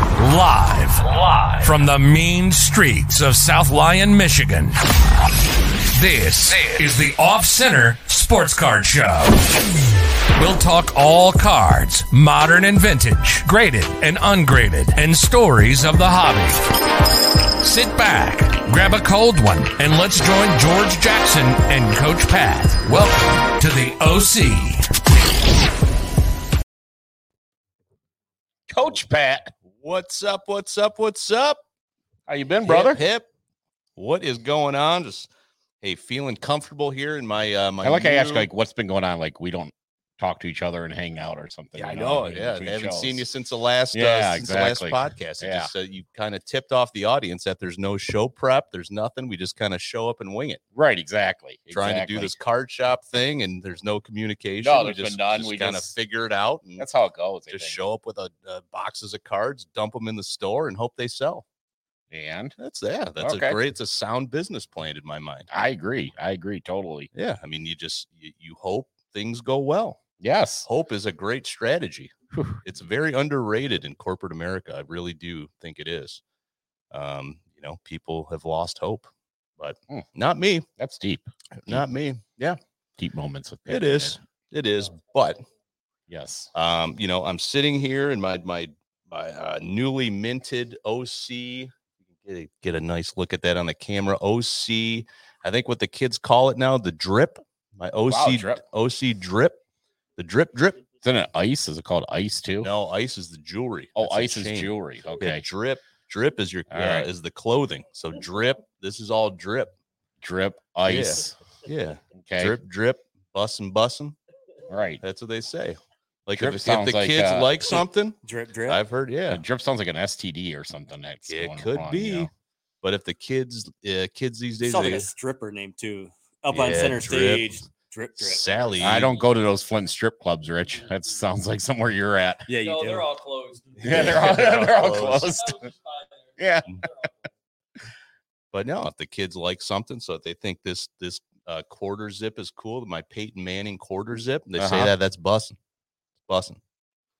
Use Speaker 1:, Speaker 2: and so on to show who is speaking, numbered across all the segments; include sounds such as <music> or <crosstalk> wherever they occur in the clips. Speaker 1: Live, live from the mean streets of South Lyon, Michigan. This is the Off Center Sports Card Show. We'll talk all cards, modern and vintage, graded and ungraded, and stories of the hobby. Sit back, grab a cold one, and let's join George Jackson and Coach Pat. Welcome to the OC.
Speaker 2: Coach Pat, what's up? What's up? What's up?
Speaker 3: How you been, brother?
Speaker 2: Hip, hip. What is going on? Just hey, feeling comfortable here in my uh my
Speaker 3: I like I asked
Speaker 2: new-
Speaker 3: like what's been going on. Like we don't talk to each other and hang out or something.
Speaker 2: Yeah, I
Speaker 3: you
Speaker 2: know.
Speaker 3: like,
Speaker 2: Yeah, I
Speaker 3: between
Speaker 2: haven't
Speaker 3: shows.
Speaker 2: seen you since the last
Speaker 3: Yeah,
Speaker 2: uh, since
Speaker 3: exactly.
Speaker 2: the last podcast. It
Speaker 3: Yeah.
Speaker 2: just uh, you kind of tipped off the audience that there's no show prep, there's nothing. We just kind of show up and wing it.
Speaker 3: Right, exactly.
Speaker 2: Trying to do
Speaker 3: exactly.
Speaker 2: this card shop thing and there's no communication.
Speaker 3: No,
Speaker 2: we
Speaker 3: there's been
Speaker 2: just,
Speaker 3: none. We
Speaker 2: kind of
Speaker 3: just-
Speaker 2: figure it out and
Speaker 3: That's how it goes. I
Speaker 2: just
Speaker 3: think.
Speaker 2: show up with a, uh boxes of cards, dump them in the store and hope they sell.
Speaker 3: And
Speaker 2: That's yeah, that's
Speaker 3: Okay.
Speaker 2: a great it's a sound business plan in my mind.
Speaker 3: I agree. I agree totally.
Speaker 2: Yeah, I mean, you just you, you hope things go well.
Speaker 3: Yes.
Speaker 2: Hope is a great strategy.
Speaker 3: Whew.
Speaker 2: It's very underrated in corporate America. I really do think it is. Um, you know, people have lost hope, but
Speaker 3: Hmm.
Speaker 2: not
Speaker 3: <clears throat>
Speaker 2: me.
Speaker 3: That's deep.
Speaker 2: Not me. Yeah,
Speaker 3: Deep moments with
Speaker 2: it
Speaker 3: Pitt, man.
Speaker 2: is. It is. But
Speaker 3: Yes.
Speaker 2: um, you know, I'm sitting here in my my my uh, newly minted OC. Get a, get a nice look at that on the camera. OC. I think what the kids call it now, the drip. My OC
Speaker 3: Wow, drip.
Speaker 2: OC drip. The drip drip.
Speaker 3: Isn't it ice? Is it called ice too?
Speaker 2: No, ice is the jewelry.
Speaker 3: Oh,
Speaker 2: That's a
Speaker 3: ice is
Speaker 2: chain.
Speaker 3: jewelry.
Speaker 2: Yeah,
Speaker 3: Okay.
Speaker 2: drip drip is your uh,
Speaker 3: All right.
Speaker 2: is the clothing. So drip. This is all drip.
Speaker 3: Drip ice.
Speaker 2: Yeah.
Speaker 3: Okay.
Speaker 2: Drip drip. Bussin' bussin'.
Speaker 3: Right.
Speaker 2: That's what they say. Like
Speaker 3: Drip
Speaker 2: if, if
Speaker 3: sounds
Speaker 2: the
Speaker 3: like,
Speaker 2: kids
Speaker 3: uh,
Speaker 2: like
Speaker 3: <laughs>
Speaker 2: something,
Speaker 4: Drip, drip.
Speaker 2: I've heard. Yeah.
Speaker 3: Uh, Drip sounds like an STD or something. That's
Speaker 2: It
Speaker 3: going
Speaker 2: could
Speaker 3: wrong,
Speaker 2: be.
Speaker 3: you know?
Speaker 2: But if the kids, uh, kids these days,
Speaker 4: Sounds like
Speaker 2: they-
Speaker 4: a stripper name too. Up on
Speaker 2: Yeah,
Speaker 4: center
Speaker 2: drip.
Speaker 4: stage. Drip, drip.
Speaker 2: Sally,
Speaker 3: I don't go to those Flint strip clubs, Rich. That sounds like somewhere you're at.
Speaker 4: Yeah, you
Speaker 5: no,
Speaker 4: do.
Speaker 5: they're all closed.
Speaker 3: <laughs> Yeah, they're all,
Speaker 2: They're all
Speaker 3: they're all
Speaker 2: closed.
Speaker 3: closed.
Speaker 5: I was just by there.
Speaker 3: Yeah.
Speaker 2: But no, if the kids like something, so if they think this this uh, quarter zip is cool, my Peyton Manning quarter zip, they say
Speaker 3: Uh-huh.
Speaker 2: that that's bussing, bussing.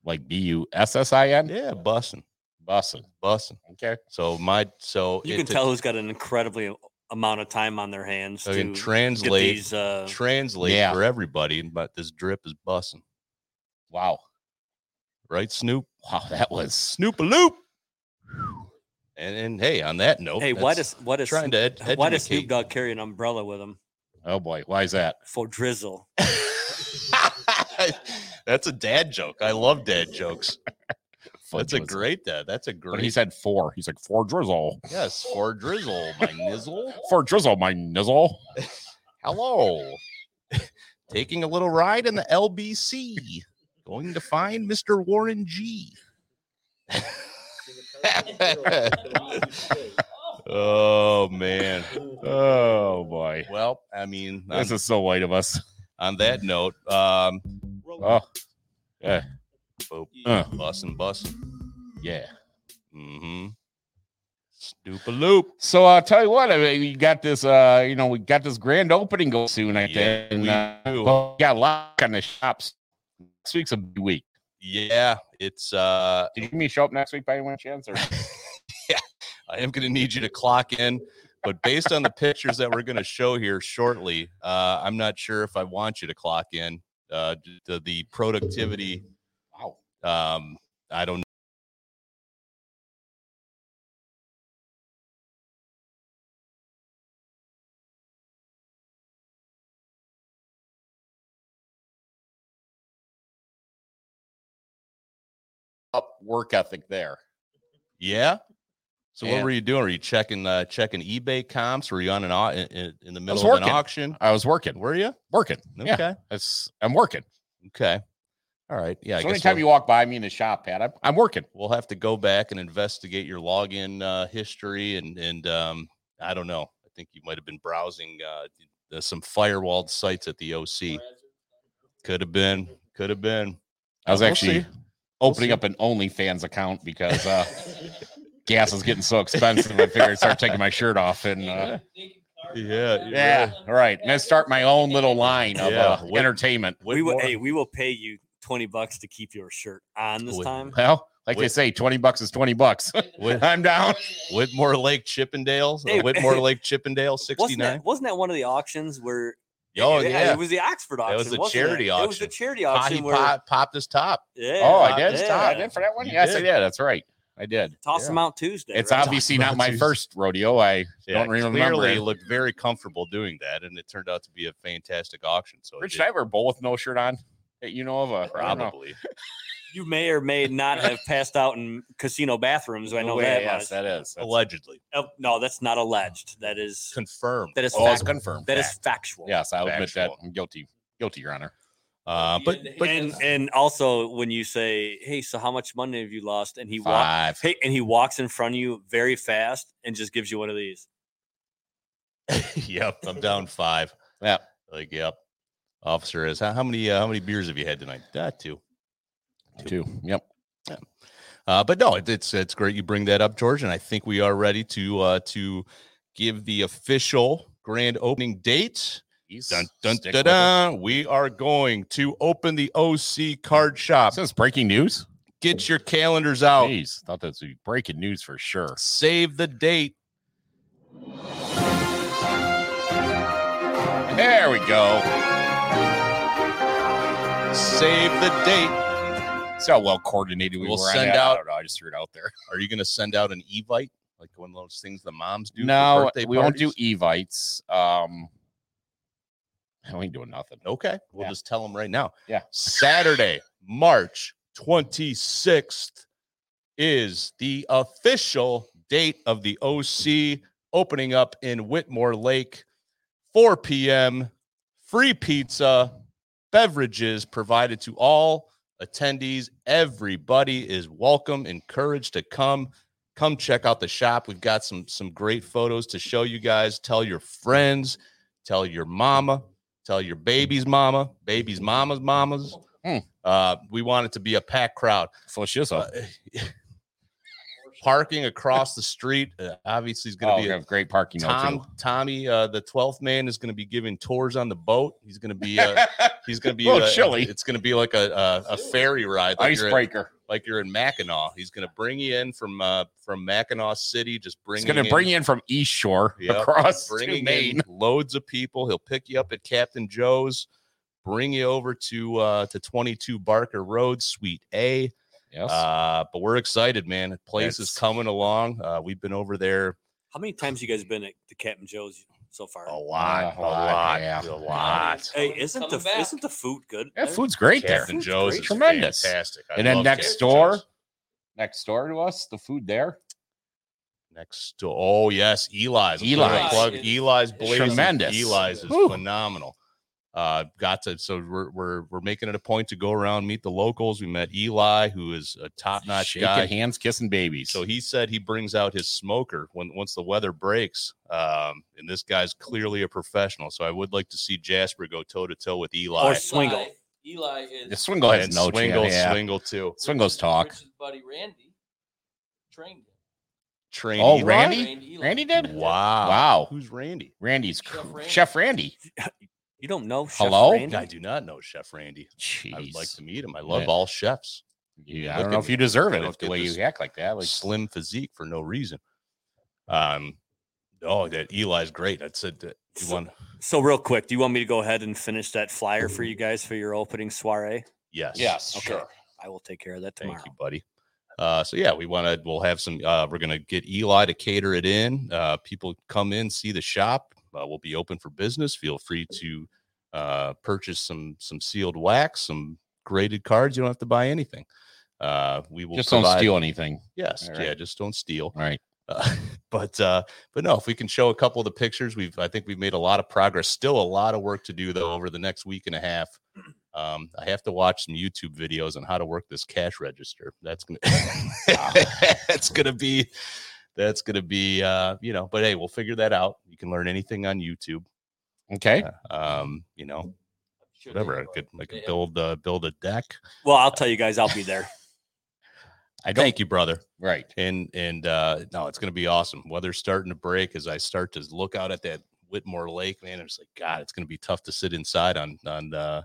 Speaker 3: Like B U S S I N?
Speaker 2: Yeah, bussing,
Speaker 3: Bussin.
Speaker 2: bussing.
Speaker 3: Okay.
Speaker 2: So my so
Speaker 4: you
Speaker 2: it
Speaker 4: can
Speaker 2: to
Speaker 4: tell who's got an incredibly amount of time on their hands
Speaker 2: fucking
Speaker 4: to get
Speaker 2: translate
Speaker 4: these. Uh,
Speaker 2: translate
Speaker 3: Yeah.
Speaker 2: for everybody, but this drip is bussing,
Speaker 3: Wow.
Speaker 2: right, Snoop?
Speaker 3: Wow. That was
Speaker 2: Snoop a loop. And and hey, on that note,
Speaker 4: hey, why
Speaker 2: oh, that's
Speaker 4: does why does
Speaker 2: trying to ed-
Speaker 4: Snoop- <laughs> why does Snoop
Speaker 2: educate-
Speaker 4: Dogg carry an umbrella with him
Speaker 3: oh boy. Why is that?
Speaker 4: for
Speaker 2: <laughs>
Speaker 4: drizzle?
Speaker 2: That's a dad joke. I love dad jokes.
Speaker 3: <laughs>
Speaker 2: That's
Speaker 3: Fudge
Speaker 2: a
Speaker 3: was-
Speaker 2: great dad. That's a
Speaker 3: But he
Speaker 2: great.
Speaker 3: said four. He's like four drizzle.
Speaker 2: Yes, for drizzle, my nizzle.
Speaker 3: Four drizzle, my nizzle.
Speaker 2: Hello. <laughs> Taking a little ride in the LBC. Going to find Mr. Warren G. <laughs> oh man.
Speaker 3: Oh boy.
Speaker 2: Well, I mean, on,
Speaker 3: This is so white of us.
Speaker 2: on that note, um,
Speaker 3: Oh
Speaker 2: oh,
Speaker 3: Uh.
Speaker 2: bussin', bussin'.
Speaker 3: yeah.
Speaker 2: Mm-hmm. Stupid loop.
Speaker 3: So uh tell you what, I mean, we got this uh you know, we got this grand opening go soon, I
Speaker 2: Yeah,
Speaker 3: think. And,
Speaker 2: we
Speaker 3: uh,
Speaker 2: do.
Speaker 3: well, we got a lot on the shops. Next week's a big week.
Speaker 2: Yeah, it's uh
Speaker 3: Did you give me a show up next week by any chance?
Speaker 2: <laughs>
Speaker 3: Or
Speaker 2: I am going to need you to clock in. But based on the pictures that we're going to show here shortly, uh, I'm not sure if I want you to clock in. Uh, d- the, the productivity,
Speaker 3: wow.
Speaker 2: um, I don't
Speaker 3: Up work ethic there.
Speaker 2: Yeah. So
Speaker 3: Yeah.
Speaker 2: what were you doing? Were you checking uh, checking eBay comps? Were you on an au- in, in- in the middle of an
Speaker 3: working.
Speaker 2: auction?
Speaker 3: I was working.
Speaker 2: Were you?
Speaker 3: Working. Yeah.
Speaker 2: Okay.
Speaker 3: That's I'm working.
Speaker 2: Okay. All right. Yeah. I
Speaker 3: so
Speaker 2: guess
Speaker 3: anytime
Speaker 2: we'll-
Speaker 3: you walk by me in the shop, Pat, I'm, I'm working.
Speaker 2: we'll have to go back and investigate your login uh, history and and um, I don't know. I think you might have been browsing uh, th- some firewalled sites at the OC. Could have been. Could have been.
Speaker 3: I was
Speaker 2: We'll
Speaker 3: actually
Speaker 2: see.
Speaker 3: opening
Speaker 2: see.
Speaker 3: up an OnlyFans account because <laughs> uh, gas is getting so expensive. I figured I'd start taking my shirt off and uh,
Speaker 2: Yeah,
Speaker 3: yeah, all right. And then start my own little line of
Speaker 2: Yeah,
Speaker 3: uh,
Speaker 2: what-
Speaker 3: entertainment.
Speaker 4: We will.
Speaker 2: Whitmore-
Speaker 4: Hey, we will pay you twenty bucks to keep your shirt on this
Speaker 2: Wait.
Speaker 4: time.
Speaker 3: Well, Like they
Speaker 2: Wait.
Speaker 3: say, 20 bucks is 20 bucks. <laughs>
Speaker 2: Whit-
Speaker 3: I'm <laughs> down.
Speaker 2: Whitmore Lake Chippendales,
Speaker 4: Hey,
Speaker 2: or Whitmore Lake Chippendale
Speaker 4: Wasn't that,
Speaker 2: 69.
Speaker 4: wasn't that one of the auctions where?
Speaker 2: Oh,
Speaker 4: it-
Speaker 2: yeah.
Speaker 4: it was the Oxford auction.
Speaker 2: was the
Speaker 4: wasn't
Speaker 2: charity
Speaker 4: it? It was the
Speaker 2: auction.
Speaker 4: charity
Speaker 2: Potty
Speaker 4: auction where.
Speaker 2: pop, popped his top.
Speaker 4: Yeah.
Speaker 3: Oh, I did.
Speaker 4: yeah.
Speaker 3: Stop. I did for that one.
Speaker 2: You
Speaker 3: yes, I
Speaker 2: did.
Speaker 3: did. That's right. I did.
Speaker 4: Toss
Speaker 2: Yeah.
Speaker 4: them out Tuesday.
Speaker 3: It's
Speaker 4: right?
Speaker 3: obviously not my
Speaker 1: Nazis.
Speaker 3: first rodeo. I
Speaker 2: Yeah,
Speaker 3: don't remember.
Speaker 2: Clearly,
Speaker 3: it.
Speaker 2: he looked very comfortable doing that, and it turned out to be a fantastic auction. So it
Speaker 3: Rich,
Speaker 2: did-
Speaker 3: did I wear bowl with no shirt on? That you know of? A,
Speaker 2: probably.
Speaker 4: You may or may not have passed out in casino bathrooms. I know
Speaker 2: Oh,
Speaker 4: that.
Speaker 3: Yes,
Speaker 4: much.
Speaker 3: that is. That's,
Speaker 2: allegedly
Speaker 4: Oh, no, that's not alleged. That is
Speaker 2: confirmed.
Speaker 4: that is
Speaker 3: oh, it's
Speaker 4: fact-
Speaker 3: confirmed.
Speaker 4: that is
Speaker 3: fact.
Speaker 4: factual.
Speaker 3: Yes, I'll admit that.
Speaker 2: Factual.
Speaker 3: I'm guilty. Guilty, Your Honor.
Speaker 2: Uh, but but
Speaker 4: and and also when you say, "Hey, so how much money have you lost?" and he walks,
Speaker 3: Five.
Speaker 4: hey, and he walks in front of you very fast and just gives you one of these.
Speaker 2: <laughs> yep, I'm down five.
Speaker 3: Yep.
Speaker 2: like yep. Officer is how, how many uh, how many beers have you had tonight? Uh, two.
Speaker 3: Two. Yep.
Speaker 2: Uh, but no, it, it's it's great you bring that up, George, and I think we are ready to uh, to give the official grand opening date. Dun, dun,
Speaker 3: Stick
Speaker 2: dun,
Speaker 3: with it.
Speaker 2: dun. We are going to open the OC card shop.
Speaker 3: Since breaking news?
Speaker 2: Get your calendars out.
Speaker 3: Jeez, thought that was breaking news for sure.
Speaker 2: Save the date.
Speaker 3: There we go.
Speaker 2: Save the date.
Speaker 3: See how well coordinated we
Speaker 2: We'll
Speaker 3: were on
Speaker 2: send
Speaker 3: that? uh,
Speaker 2: out-
Speaker 3: I, don't know, I just threw it out there.
Speaker 2: Are you going to send out an evite like one of those things the moms do? for
Speaker 3: No,
Speaker 2: birthday
Speaker 3: we won't do
Speaker 2: parties?
Speaker 3: evites. Um, we ain't doing nothing.
Speaker 2: Okay, we'll
Speaker 3: Yeah.
Speaker 2: just tell them right now.
Speaker 3: Yeah.
Speaker 2: Saturday, March twenty sixth is the official date of the OC opening up in Whitmore Lake. 4 p.m. Free pizza, beverages provided to all attendees. Everybody is welcome, encouraged to come. Come check out the shop. We've got some some great photos to show you guys. Tell your friends, tell your mama, tell your baby's mama, baby's mama's mamas.
Speaker 3: Hmm.
Speaker 2: Uh, we want it to be a packed crowd.
Speaker 3: So it's just a
Speaker 2: Uh, Parking across the street uh, obviously is going to
Speaker 3: oh,
Speaker 2: be
Speaker 3: we
Speaker 2: a
Speaker 3: have great parking lot.
Speaker 2: Tom,
Speaker 3: too. <laughs>
Speaker 2: Tommy, uh, the twelfth man is going to be giving tours on the boat. He's going to be,
Speaker 3: <laughs>
Speaker 2: uh, he's going to be,
Speaker 3: Little
Speaker 2: uh,
Speaker 3: Oh, chilly.
Speaker 2: It's going to be like a, a, a ferry ride, like you're, at,
Speaker 3: Icebreaker.
Speaker 2: like you're in Mackinac. He's going to bring you in from uh, from Mackinac City. Just
Speaker 3: It's
Speaker 2: bringing,
Speaker 3: going to bring you in from East Shore
Speaker 2: Yep.
Speaker 3: across to
Speaker 2: bringing
Speaker 3: Maine. <laughs>
Speaker 2: <laughs> in loads of people. He'll pick you up at Captain Joe's, bring you over to uh, to 22 Barker Road, Suite A.
Speaker 3: Yes.
Speaker 2: Uh, but we're excited, man. The place is
Speaker 3: That's-
Speaker 2: coming along. Uh, we've been over there
Speaker 4: How many times you guys been at the Captain Joe's so far?
Speaker 2: a lot, a
Speaker 3: Yeah,
Speaker 2: lot,
Speaker 3: yeah.
Speaker 2: a lot.
Speaker 4: hey, isn't
Speaker 5: Coming
Speaker 4: the
Speaker 5: back.
Speaker 4: isn't the food good?
Speaker 3: that
Speaker 4: there?
Speaker 3: food's great there.
Speaker 2: Captain Joe's
Speaker 4: great.
Speaker 2: is
Speaker 3: Tremendous.
Speaker 2: fantastic. I
Speaker 3: and then
Speaker 2: love
Speaker 3: next
Speaker 2: Captain
Speaker 3: door,
Speaker 2: Joe's.
Speaker 3: next door to us, the food there,
Speaker 2: next door. Oh yes, Eli's. I'm putting a
Speaker 3: Eli's
Speaker 2: plug.
Speaker 5: is
Speaker 2: Eli's blazing.
Speaker 3: tremendous.
Speaker 2: Eli's is
Speaker 3: Whew.
Speaker 2: phenomenal. Uh, got to so we're, we're we're making it a point to go around meet the locals. We met Eli, who is a top notch
Speaker 3: shaking
Speaker 2: guy.
Speaker 3: hands, kissing babies.
Speaker 2: So he said he brings out his smoker when once the weather breaks. Um, and this guy's clearly a professional. So I would like to see Jasper go toe to toe with Eli
Speaker 4: Or Swingle.
Speaker 5: Eli
Speaker 3: the
Speaker 5: is
Speaker 3: Swingle has
Speaker 2: and
Speaker 3: no
Speaker 2: Swingle,
Speaker 3: chance. Yeah.
Speaker 2: Swingle too.
Speaker 3: Swingles talk.
Speaker 5: Rich's buddy Randy trained him.
Speaker 2: Train.
Speaker 3: Oh,
Speaker 2: Eli.
Speaker 3: Randy?
Speaker 5: Eli.
Speaker 3: Randy did?
Speaker 2: Wow.
Speaker 3: Wow.
Speaker 2: Who's Randy?
Speaker 3: Randy's
Speaker 5: Chef
Speaker 3: cr-
Speaker 5: Randy.
Speaker 3: Chef Randy.
Speaker 4: You don't know. Chef
Speaker 3: Hello?
Speaker 4: Randy?
Speaker 2: I do not know Chef Randy.
Speaker 3: Jeez.
Speaker 2: I would like to meet him. I love
Speaker 3: Yeah.
Speaker 2: all chefs.
Speaker 3: Yeah, I
Speaker 2: Look
Speaker 3: don't know
Speaker 2: at
Speaker 3: if
Speaker 2: me.
Speaker 3: you deserve it
Speaker 2: Look
Speaker 3: with the
Speaker 2: at
Speaker 3: way
Speaker 2: this
Speaker 3: you act like that. Like
Speaker 2: Slim physique for no reason. Um, oh, that Eli's great. I said that you
Speaker 4: So-
Speaker 2: want.
Speaker 4: So real quick, do you want me to go ahead and finish that flyer for you guys for your opening soiree?
Speaker 2: Yes.
Speaker 4: Okay. I will take care of that
Speaker 2: Thank
Speaker 4: tomorrow.
Speaker 2: you, buddy. Uh, so yeah, we want to. We'll have some. Uh, we're gonna get Eli to cater it in. Uh, people come in, see the shop. Uh, we'll be open for business. Feel free to uh, purchase some some sealed wax, some graded cards. You don't have to buy anything. Uh, we will
Speaker 3: just don't
Speaker 2: provide-
Speaker 3: steal anything.
Speaker 2: Yes,
Speaker 3: All
Speaker 2: yeah,
Speaker 3: right.
Speaker 2: just don't steal.
Speaker 3: All right.
Speaker 2: Uh, but uh, but no, if we can show a couple of the pictures, we've I think we've made a lot of progress. Still a lot of work to do though over the next week and a half.
Speaker 5: <clears throat>
Speaker 2: Um, I have to watch some YouTube videos on how to work this cash register. That's gonna <laughs> that's gonna be that's gonna be uh, you know. But hey, we'll figure that out. You can learn anything on YouTube.
Speaker 3: Okay.
Speaker 2: Um, you know,
Speaker 5: I'm sure they
Speaker 2: whatever. I
Speaker 5: were.
Speaker 2: could I
Speaker 5: They
Speaker 2: could
Speaker 5: have-
Speaker 2: build uh, build a deck.
Speaker 4: Well, I'll tell you guys, I'll be there.
Speaker 3: I don't.
Speaker 2: Thank you, brother.
Speaker 3: Right.
Speaker 2: and and uh no it's gonna be awesome weather's starting to break as i start to look out at that whitmore lake man i'm just like god it's gonna be tough to sit inside on on uh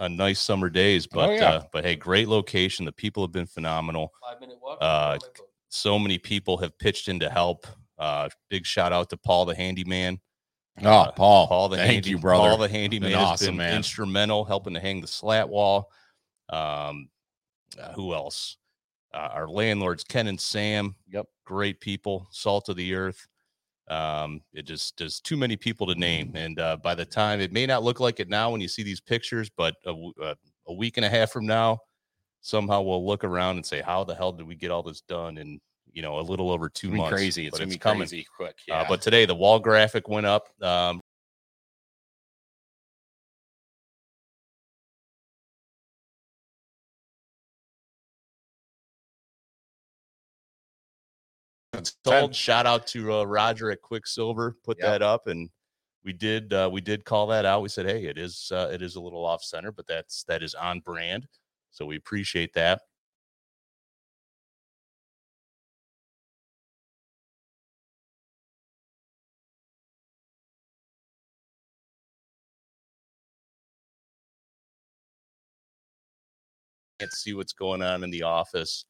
Speaker 2: on nice summer days. But
Speaker 3: Oh, yeah.
Speaker 2: uh, but hey, great location. The people have been phenomenal.
Speaker 5: Five minute walk.
Speaker 2: Uh, So many people have pitched in to help. Uh, big shout out to Paul the handyman.
Speaker 3: Oh, Paul.
Speaker 2: Paul the
Speaker 3: thank
Speaker 2: handy,
Speaker 3: you, brother.
Speaker 2: Paul the handyman has
Speaker 3: awesome,
Speaker 2: been
Speaker 3: man.
Speaker 2: instrumental helping to hang the slat wall. Um, uh, who else? Uh, our landlords Ken and Sam.
Speaker 3: Yep.
Speaker 2: great people, salt of the earth. Um, it just there's too many people to name,
Speaker 3: Mm.
Speaker 2: and uh, by the time it may not look like it now when you see these pictures, but a, w- uh, a week and a half from now, somehow we'll look around and say, "How the hell did we get all this done?" in you know, a little over two
Speaker 3: It's gonna be
Speaker 2: months.
Speaker 3: crazy. It's
Speaker 2: but
Speaker 3: gonna be
Speaker 2: coming.
Speaker 3: crazy quick.
Speaker 2: Uh,
Speaker 3: yeah.
Speaker 2: but today the wall graphic went up. Um, sold. Shout out to uh, Roger at Quicksilver, put
Speaker 3: Yep.
Speaker 2: that up, and we did uh, we did call that out. We said, hey, it is uh, it is a little off center, but that's that is on brand, so we appreciate that. Can't see what's going on in the office.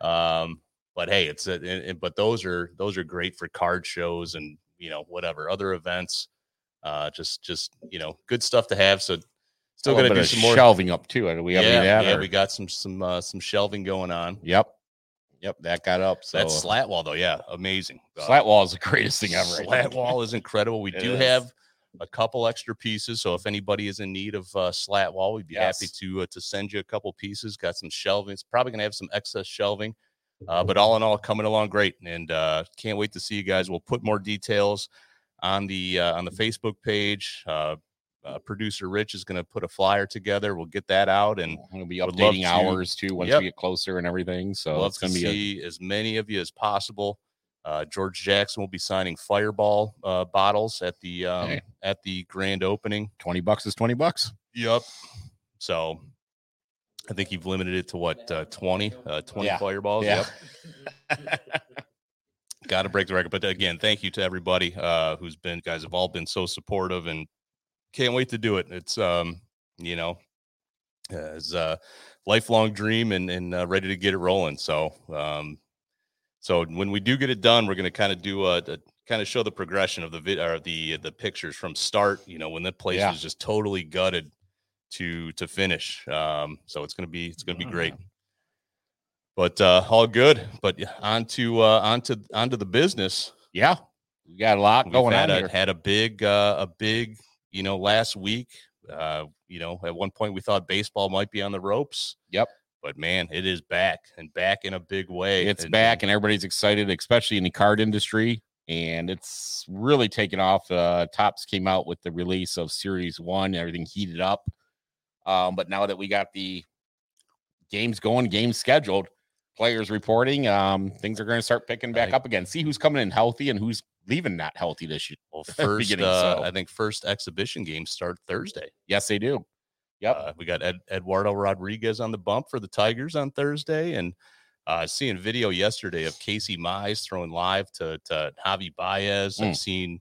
Speaker 2: Um, but hey, it's a, and, and- but those are those are great for card shows and you know whatever other events. Uh, just just you know good stuff to have. So still
Speaker 3: A little
Speaker 2: gonna do
Speaker 3: bit of
Speaker 2: some more.
Speaker 3: shelving up too. Uh, Do we have any of
Speaker 2: yeah,
Speaker 3: that?
Speaker 2: yeah,
Speaker 3: or-
Speaker 2: we got some some uh, some shelving going on.
Speaker 3: Yep. Yep. That got up. So
Speaker 2: That slat wall though, yeah, amazing. Uh,
Speaker 3: slat wall is the greatest thing ever. I think. <laughs>
Speaker 2: Slat wall is incredible. We
Speaker 3: It
Speaker 2: do
Speaker 3: is.
Speaker 2: have a couple extra pieces, so if anybody is in need of uh, slat wall, we'd be happy
Speaker 3: Yes.
Speaker 2: to uh, to send you a couple pieces. Got some shelving. It's probably gonna have some excess shelving, uh, but all in all, coming along great, and uh, can't wait to see you guys. We'll put more details on the uh, on the Facebook page. Uh, uh, producer Rich is gonna put a flyer together. We'll get that out and.
Speaker 3: We'll be
Speaker 2: Would love
Speaker 3: updating
Speaker 2: to-
Speaker 3: hours too once
Speaker 2: Yep.
Speaker 3: we get closer and everything. So
Speaker 2: love
Speaker 3: it's
Speaker 2: to
Speaker 3: gonna be a,
Speaker 2: see as many of you as possible. Uh, George Jackson will be signing Fireball uh, bottles at the um,
Speaker 3: Hey.
Speaker 2: at the grand opening.
Speaker 3: twenty bucks is twenty bucks.
Speaker 2: Yep. So I think you've limited it to what uh, 20, uh, 20
Speaker 3: Yeah.
Speaker 2: fireballs.
Speaker 3: Yeah.
Speaker 2: Yep. Got to break the record. But again, thank you to everybody uh, who's been guys have all been so supportive and can't wait to do it. It's um, you know, as a lifelong dream and and uh, ready to get it rolling. So um, so when we do get it done, we're gonna kind of do a. a kind of show the progression of the vid or the the pictures from start you know when the place
Speaker 3: Yeah.
Speaker 2: was just totally gutted to to finish um so it's gonna be it's gonna be great but uh all good but yeah, on to uh on to on to the business
Speaker 3: <laughs> Yeah. We got a lot
Speaker 2: We've
Speaker 3: going
Speaker 2: had
Speaker 3: on
Speaker 2: a,
Speaker 3: here.
Speaker 2: had a big uh a big you know last week uh you know at one point we thought baseball might be on the ropes
Speaker 3: Yep.
Speaker 2: but man it is back and back in a big way
Speaker 3: It's
Speaker 2: And- uh,
Speaker 3: back and everybody's excited, especially in the card industry. And it's really taken off. Uh, Tops came out with the release of Series One, everything heated up. Um, but now that we got the games going, games scheduled, players reporting, um, things are going to start picking back
Speaker 2: Right.
Speaker 3: up again. See who's coming in healthy and who's leaving not healthy this year. <laughs>
Speaker 2: well,
Speaker 3: at the
Speaker 2: first
Speaker 3: beginning,
Speaker 2: uh,
Speaker 3: so.
Speaker 2: i think first exhibition games start thursday
Speaker 3: Yes, they do. Yep.
Speaker 2: Uh, we got Ed, Eduardo Rodriguez on the bump for the Tigers on Thursday, and uh, seeing video yesterday of Casey Mize throwing live to, to Javi Baez.
Speaker 3: Mm.
Speaker 2: I've seen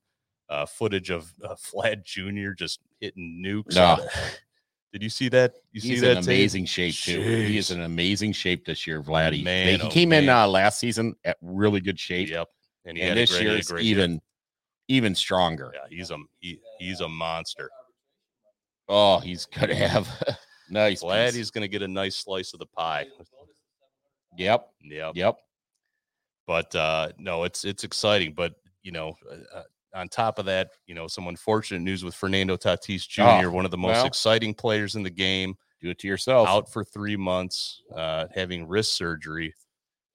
Speaker 2: uh, footage of uh, Vlad Jr. just hitting nukes.
Speaker 3: No.
Speaker 2: out of- Did you see that? You see
Speaker 3: He's
Speaker 2: that?
Speaker 3: in
Speaker 2: Tate?
Speaker 3: amazing shape too. He is
Speaker 2: Jeez.
Speaker 3: in amazing shape this year, Vladdy.
Speaker 2: Man,
Speaker 3: They-
Speaker 2: oh
Speaker 3: he came in
Speaker 2: man.
Speaker 3: uh, last season at really good shape,
Speaker 2: Yep. And, he
Speaker 3: and
Speaker 2: had a
Speaker 3: this
Speaker 2: great-
Speaker 3: year
Speaker 2: he had a
Speaker 3: is
Speaker 2: great
Speaker 3: even even stronger.
Speaker 2: Yeah, he's a he, he's a monster.
Speaker 3: Oh, he's gonna have <laughs> a nice.
Speaker 2: Glad
Speaker 3: piece.
Speaker 2: he's going to get a nice slice of the pie.
Speaker 3: Yep.
Speaker 2: Yep.
Speaker 3: Yep.
Speaker 2: but uh no it's it's exciting but you know uh, uh, on top of that you know some unfortunate news with fernando tatis jr
Speaker 3: Oh,
Speaker 2: one of the most
Speaker 3: well.
Speaker 2: exciting players in the game
Speaker 3: Do it to yourself.
Speaker 2: out for three months uh having wrist surgery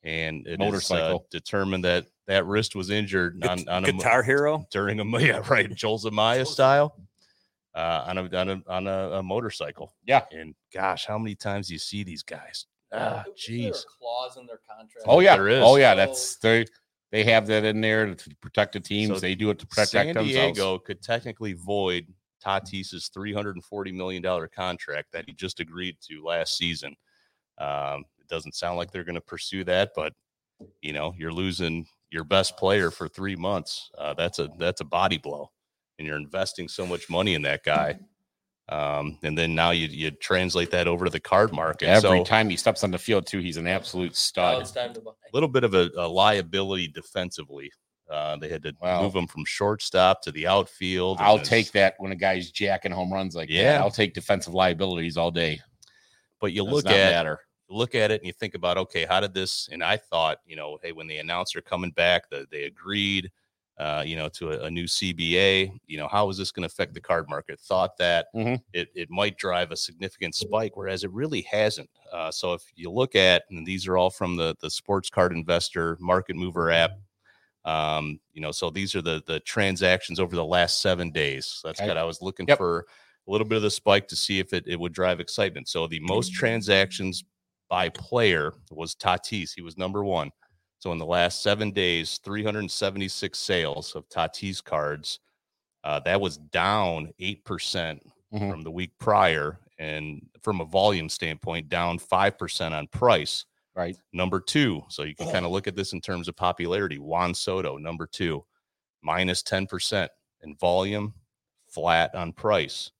Speaker 2: and it is, uh,
Speaker 3: Motorcycle.
Speaker 2: determined that that wrist was injured on, on a, mo- <laughs>
Speaker 4: Guitar Hero.
Speaker 2: during a mo- yeah
Speaker 3: <laughs>
Speaker 2: right Joel Zamaya style uh, on a on a on a, a motorcycle
Speaker 3: Yeah.
Speaker 2: and gosh how many times do you see these guys ah jeez
Speaker 5: Clause in their contract.
Speaker 3: Oh yeah.
Speaker 2: There is.
Speaker 3: Oh yeah. That's they. They have that in there to protect the teams.
Speaker 2: So
Speaker 3: they do it to protect
Speaker 2: San
Speaker 3: themselves.
Speaker 2: Diego could technically void Tatis's three hundred and forty million dollar contract that he just agreed to last season. Um, it doesn't sound like they're going to pursue that, but you know, you're losing your best player for three months. Uh, that's a that's a body blow, and you're investing so much money in that guy. Um, and then now you you translate that over to the card market.
Speaker 3: Every
Speaker 2: so
Speaker 3: time he steps on the field, too, he's an absolute
Speaker 5: Now
Speaker 3: stud.
Speaker 5: it's time to buy.
Speaker 2: a little bit of a, a liability defensively. Uh, they had to
Speaker 3: Wow.
Speaker 2: move him from shortstop to the outfield. and
Speaker 3: I'll
Speaker 2: it's-
Speaker 3: take that when a guy's jacking home runs like yeah.
Speaker 2: Yeah.
Speaker 3: I'll take defensive liabilities all day.
Speaker 2: But you
Speaker 3: Does
Speaker 2: look
Speaker 3: not
Speaker 2: at
Speaker 3: matter.
Speaker 2: you look at it and you think about okay how did this and i thought you know hey when they announced they're coming back the, they agreed uh, you know to a, a new cba you know how is this going to affect the card market thought that
Speaker 3: Mhm.
Speaker 2: it, it might drive a significant spike whereas it really hasn't uh, so if you look at and these are all from the the sports card investor market mover app um, you know so these are the the transactions over the last seven days that's
Speaker 3: Okay.
Speaker 2: what i was looking
Speaker 3: Yep.
Speaker 2: for a little bit of the spike to see if it, it would drive excitement. So the most transactions by player was Tatis. He was number one. So in the last seven days, 376 sales of Tatis cards. Uh, that was down 8% percent
Speaker 3: Mhm.
Speaker 2: from the week prior. And from a volume standpoint, down 5% on price.
Speaker 3: Right.
Speaker 2: Number two. So you can kind of look at this in terms of popularity. Juan Soto, number two, minus 10% in volume, flat on price.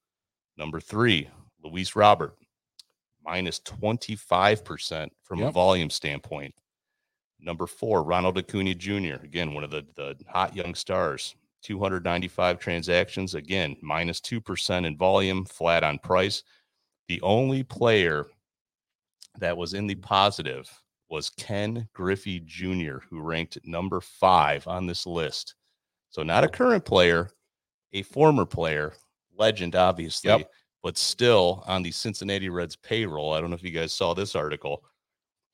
Speaker 2: Number three, Luis Robert, minus 25% from a
Speaker 3: Yep.
Speaker 2: volume standpoint. Number four, Ronald Acuna Jr., again, one of the, the hot young stars, 295 transactions, again, minus 2% in volume, flat on price. The only player that was in the positive was Ken Griffey Jr., who ranked number five on this list. So, not a current player, a former player, legend, obviously,
Speaker 3: Yep.
Speaker 2: but still on the Cincinnati Reds payroll. I don't know if you guys saw this article.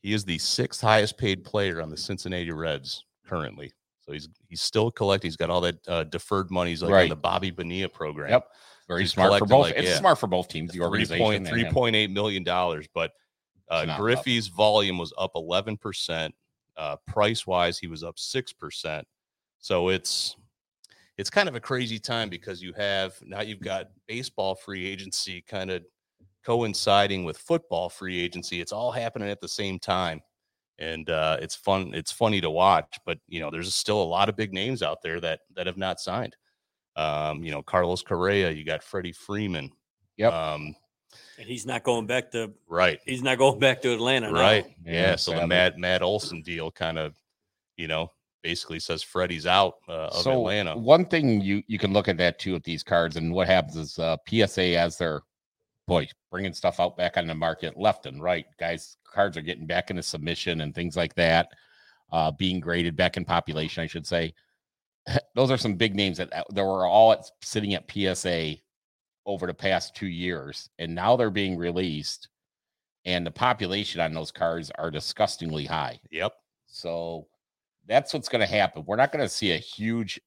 Speaker 2: He is the sixth highest paid player on the Cincinnati Reds currently. So he's he's still collecting. He's got all that uh, deferred monies like in
Speaker 3: Right.
Speaker 2: the Bobby Bonilla program.
Speaker 3: Yep. Very
Speaker 2: He's
Speaker 3: smart for
Speaker 2: collected,
Speaker 3: both.
Speaker 2: like,
Speaker 3: it's
Speaker 2: yeah.
Speaker 3: smart for both teams, the
Speaker 2: Three
Speaker 3: organization.
Speaker 2: point
Speaker 3: and
Speaker 2: three
Speaker 3: him.
Speaker 2: point eight million dollars, but
Speaker 3: It's
Speaker 2: uh,
Speaker 3: not
Speaker 2: Griffey's volume was up eleven percent. Uh, price wise, he was up six percent. So it's it's kind of a crazy time because you have now you've got baseball free agency kind of coinciding with football free agency. It's all happening at the same time, and uh, it's fun. It's funny to watch, but you know there's still a lot of big names out there that that have not signed. Um, you know Carlos Correa, you got Freddie Freeman.
Speaker 3: Yep.
Speaker 2: Um,
Speaker 4: And he's not going back to
Speaker 2: right.
Speaker 4: he's not going back to Atlanta. no.
Speaker 2: Right.
Speaker 3: Yeah,
Speaker 2: Yeah. so the
Speaker 3: sadly.
Speaker 2: Matt Matt Olson deal kind of, you know, basically says Freddie's out uh, of
Speaker 3: so
Speaker 2: Atlanta.
Speaker 3: one thing you you can look at that too at these cards and what happens is uh, PSA as they're boy bringing stuff out back on the market left and right guys cards are getting back into submission and things like that uh, being graded back in population I should say <laughs> those are some big names that uh, that were all at, sitting at PSA over the past two years and now they're being released and the population on those cards are disgustingly high
Speaker 2: Yep.
Speaker 3: so that's what's going to happen. We're not going to see a huge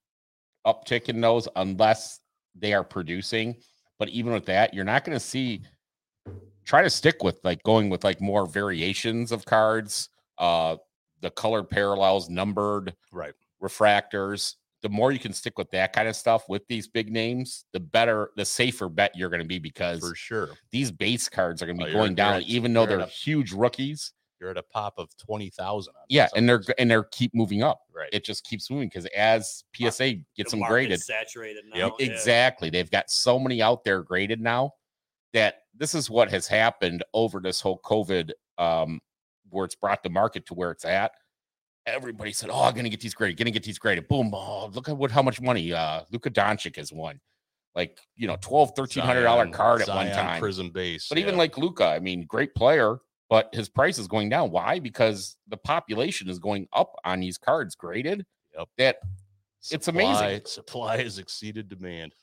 Speaker 3: uptick in those unless they are producing. But even with that, you're not going to see. Try to stick with like going with like more variations of cards, uh, the color parallels, numbered,
Speaker 2: Right.
Speaker 3: refractors. The more you can stick with that kind of stuff with these big names, the better, the safer bet you're going to be because
Speaker 2: For sure.
Speaker 3: these base cards are going to
Speaker 2: Oh,
Speaker 3: be
Speaker 2: you're-
Speaker 3: going
Speaker 2: you're
Speaker 3: down,
Speaker 2: at-
Speaker 3: even though
Speaker 2: you're at
Speaker 3: they're
Speaker 2: a-
Speaker 3: huge rookies.
Speaker 2: You're at a pop of 20,000. on
Speaker 3: Yeah,
Speaker 2: this.
Speaker 3: and they're and they're keep moving up
Speaker 2: right.
Speaker 3: it just keeps moving because as PSA gets
Speaker 4: The
Speaker 3: them
Speaker 4: market's
Speaker 3: graded,
Speaker 4: saturated now.
Speaker 2: Yep.
Speaker 4: yeah.
Speaker 3: exactly. They've got so many out there graded now that this is what has happened over this whole COVID, um, where it's brought the market to where it's at. Everybody said, "Oh, I'm gonna get these graded, gonna get these graded." Boom! Oh, look at what how much money uh, Luka Doncic has won, like you know, twelve, thirteen hundred dollar
Speaker 2: Zion-
Speaker 3: card at one
Speaker 2: Zion
Speaker 3: time.
Speaker 2: Prism base.
Speaker 3: But even
Speaker 2: yeah.
Speaker 3: like Luca, I mean, great player, but his price is going down. Why? Because the population is going up on these cards graded.
Speaker 2: Yep.
Speaker 3: That it's amazing.
Speaker 2: Supply- Supply has exceeded demand.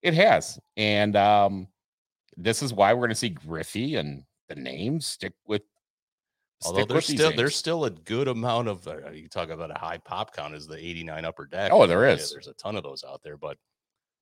Speaker 3: it has, and um, this is why we're going to see Griffey and the names stick with.
Speaker 2: Although
Speaker 3: stick
Speaker 2: there's
Speaker 3: with these
Speaker 2: still
Speaker 3: names.
Speaker 2: there's still a good amount of uh, you talk about a high pop count is the 89 upper deck.
Speaker 3: Oh, there
Speaker 2: Yeah,
Speaker 3: is.
Speaker 2: there's a ton of those out there, but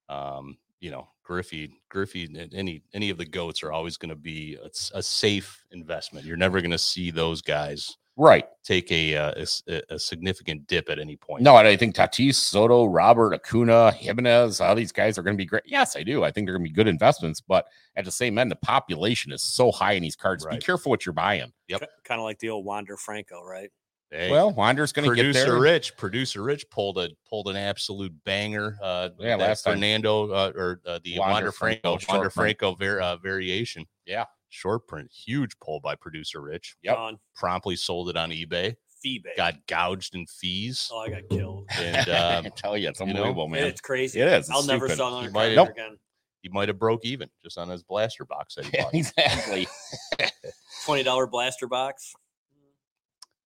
Speaker 2: um, you know, Griffey, Griffey, and any any of the goats are always going to be a, s- a safe investment. You're never going to see those guys
Speaker 3: right.
Speaker 2: take a, uh, a s- a- a significant dip at any point.
Speaker 3: No, and I think Tatis, Soto, Robert, Acuna, Jimenez, all these guys are going to be great. Yes, I do. I think they're going to be good investments, but at the same end, the population is so high in these cards. Be
Speaker 2: Right.
Speaker 3: careful what you're buying.
Speaker 2: Yep.
Speaker 4: Kind of like the old Wander Franco, right?
Speaker 2: Hey,
Speaker 3: well, Wander's going to get
Speaker 2: producer
Speaker 3: there.
Speaker 2: Rich, producer Rich pulled a pulled an absolute banger. Uh,
Speaker 3: Yeah,
Speaker 2: that
Speaker 3: last time.
Speaker 2: Fernando uh, or uh, the
Speaker 3: Wander
Speaker 2: Wander, Franco,
Speaker 3: Franco,
Speaker 2: Wander
Speaker 3: short print.
Speaker 2: Franco var- uh, variation.
Speaker 3: Yeah.
Speaker 2: short print, huge pull by producer Rich.
Speaker 3: Yep.
Speaker 4: on
Speaker 2: Promptly sold it on eBay.
Speaker 4: eBay.
Speaker 2: Got gouged in fees,
Speaker 4: Oh, I got killed.
Speaker 2: and <laughs>
Speaker 3: I
Speaker 2: um,
Speaker 3: tell you, <laughs> it's
Speaker 2: you know, <laughs>
Speaker 3: unbelievable, man.
Speaker 4: It's crazy.
Speaker 3: It is. It's
Speaker 4: I'll never
Speaker 3: stupid.
Speaker 4: sell another
Speaker 2: You might-
Speaker 4: car
Speaker 3: Nope.
Speaker 4: again.
Speaker 2: he might have broke even just on his blaster box that he
Speaker 3: <laughs>
Speaker 2: bought.
Speaker 3: exactly.
Speaker 4: Twenty dollar blaster box.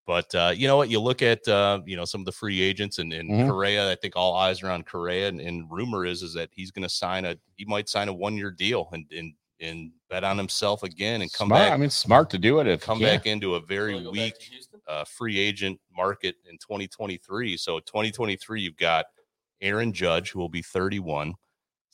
Speaker 2: But uh, you know what? You look at uh, you know some of the free agents and in
Speaker 3: Mhm.
Speaker 2: Korea. I think all eyes are on Korea, and, and rumor is is that he's going to sign a he might sign a one year deal and and and bet on himself again and come
Speaker 3: Smart-
Speaker 2: back
Speaker 3: I mean, smart to do it. If
Speaker 2: come
Speaker 3: you can.
Speaker 2: back into a very
Speaker 5: Wanna go back
Speaker 2: weak
Speaker 5: to Houston?
Speaker 2: uh, free agent market in 2023. So 2023, you've got Aaron Judge who will be 31,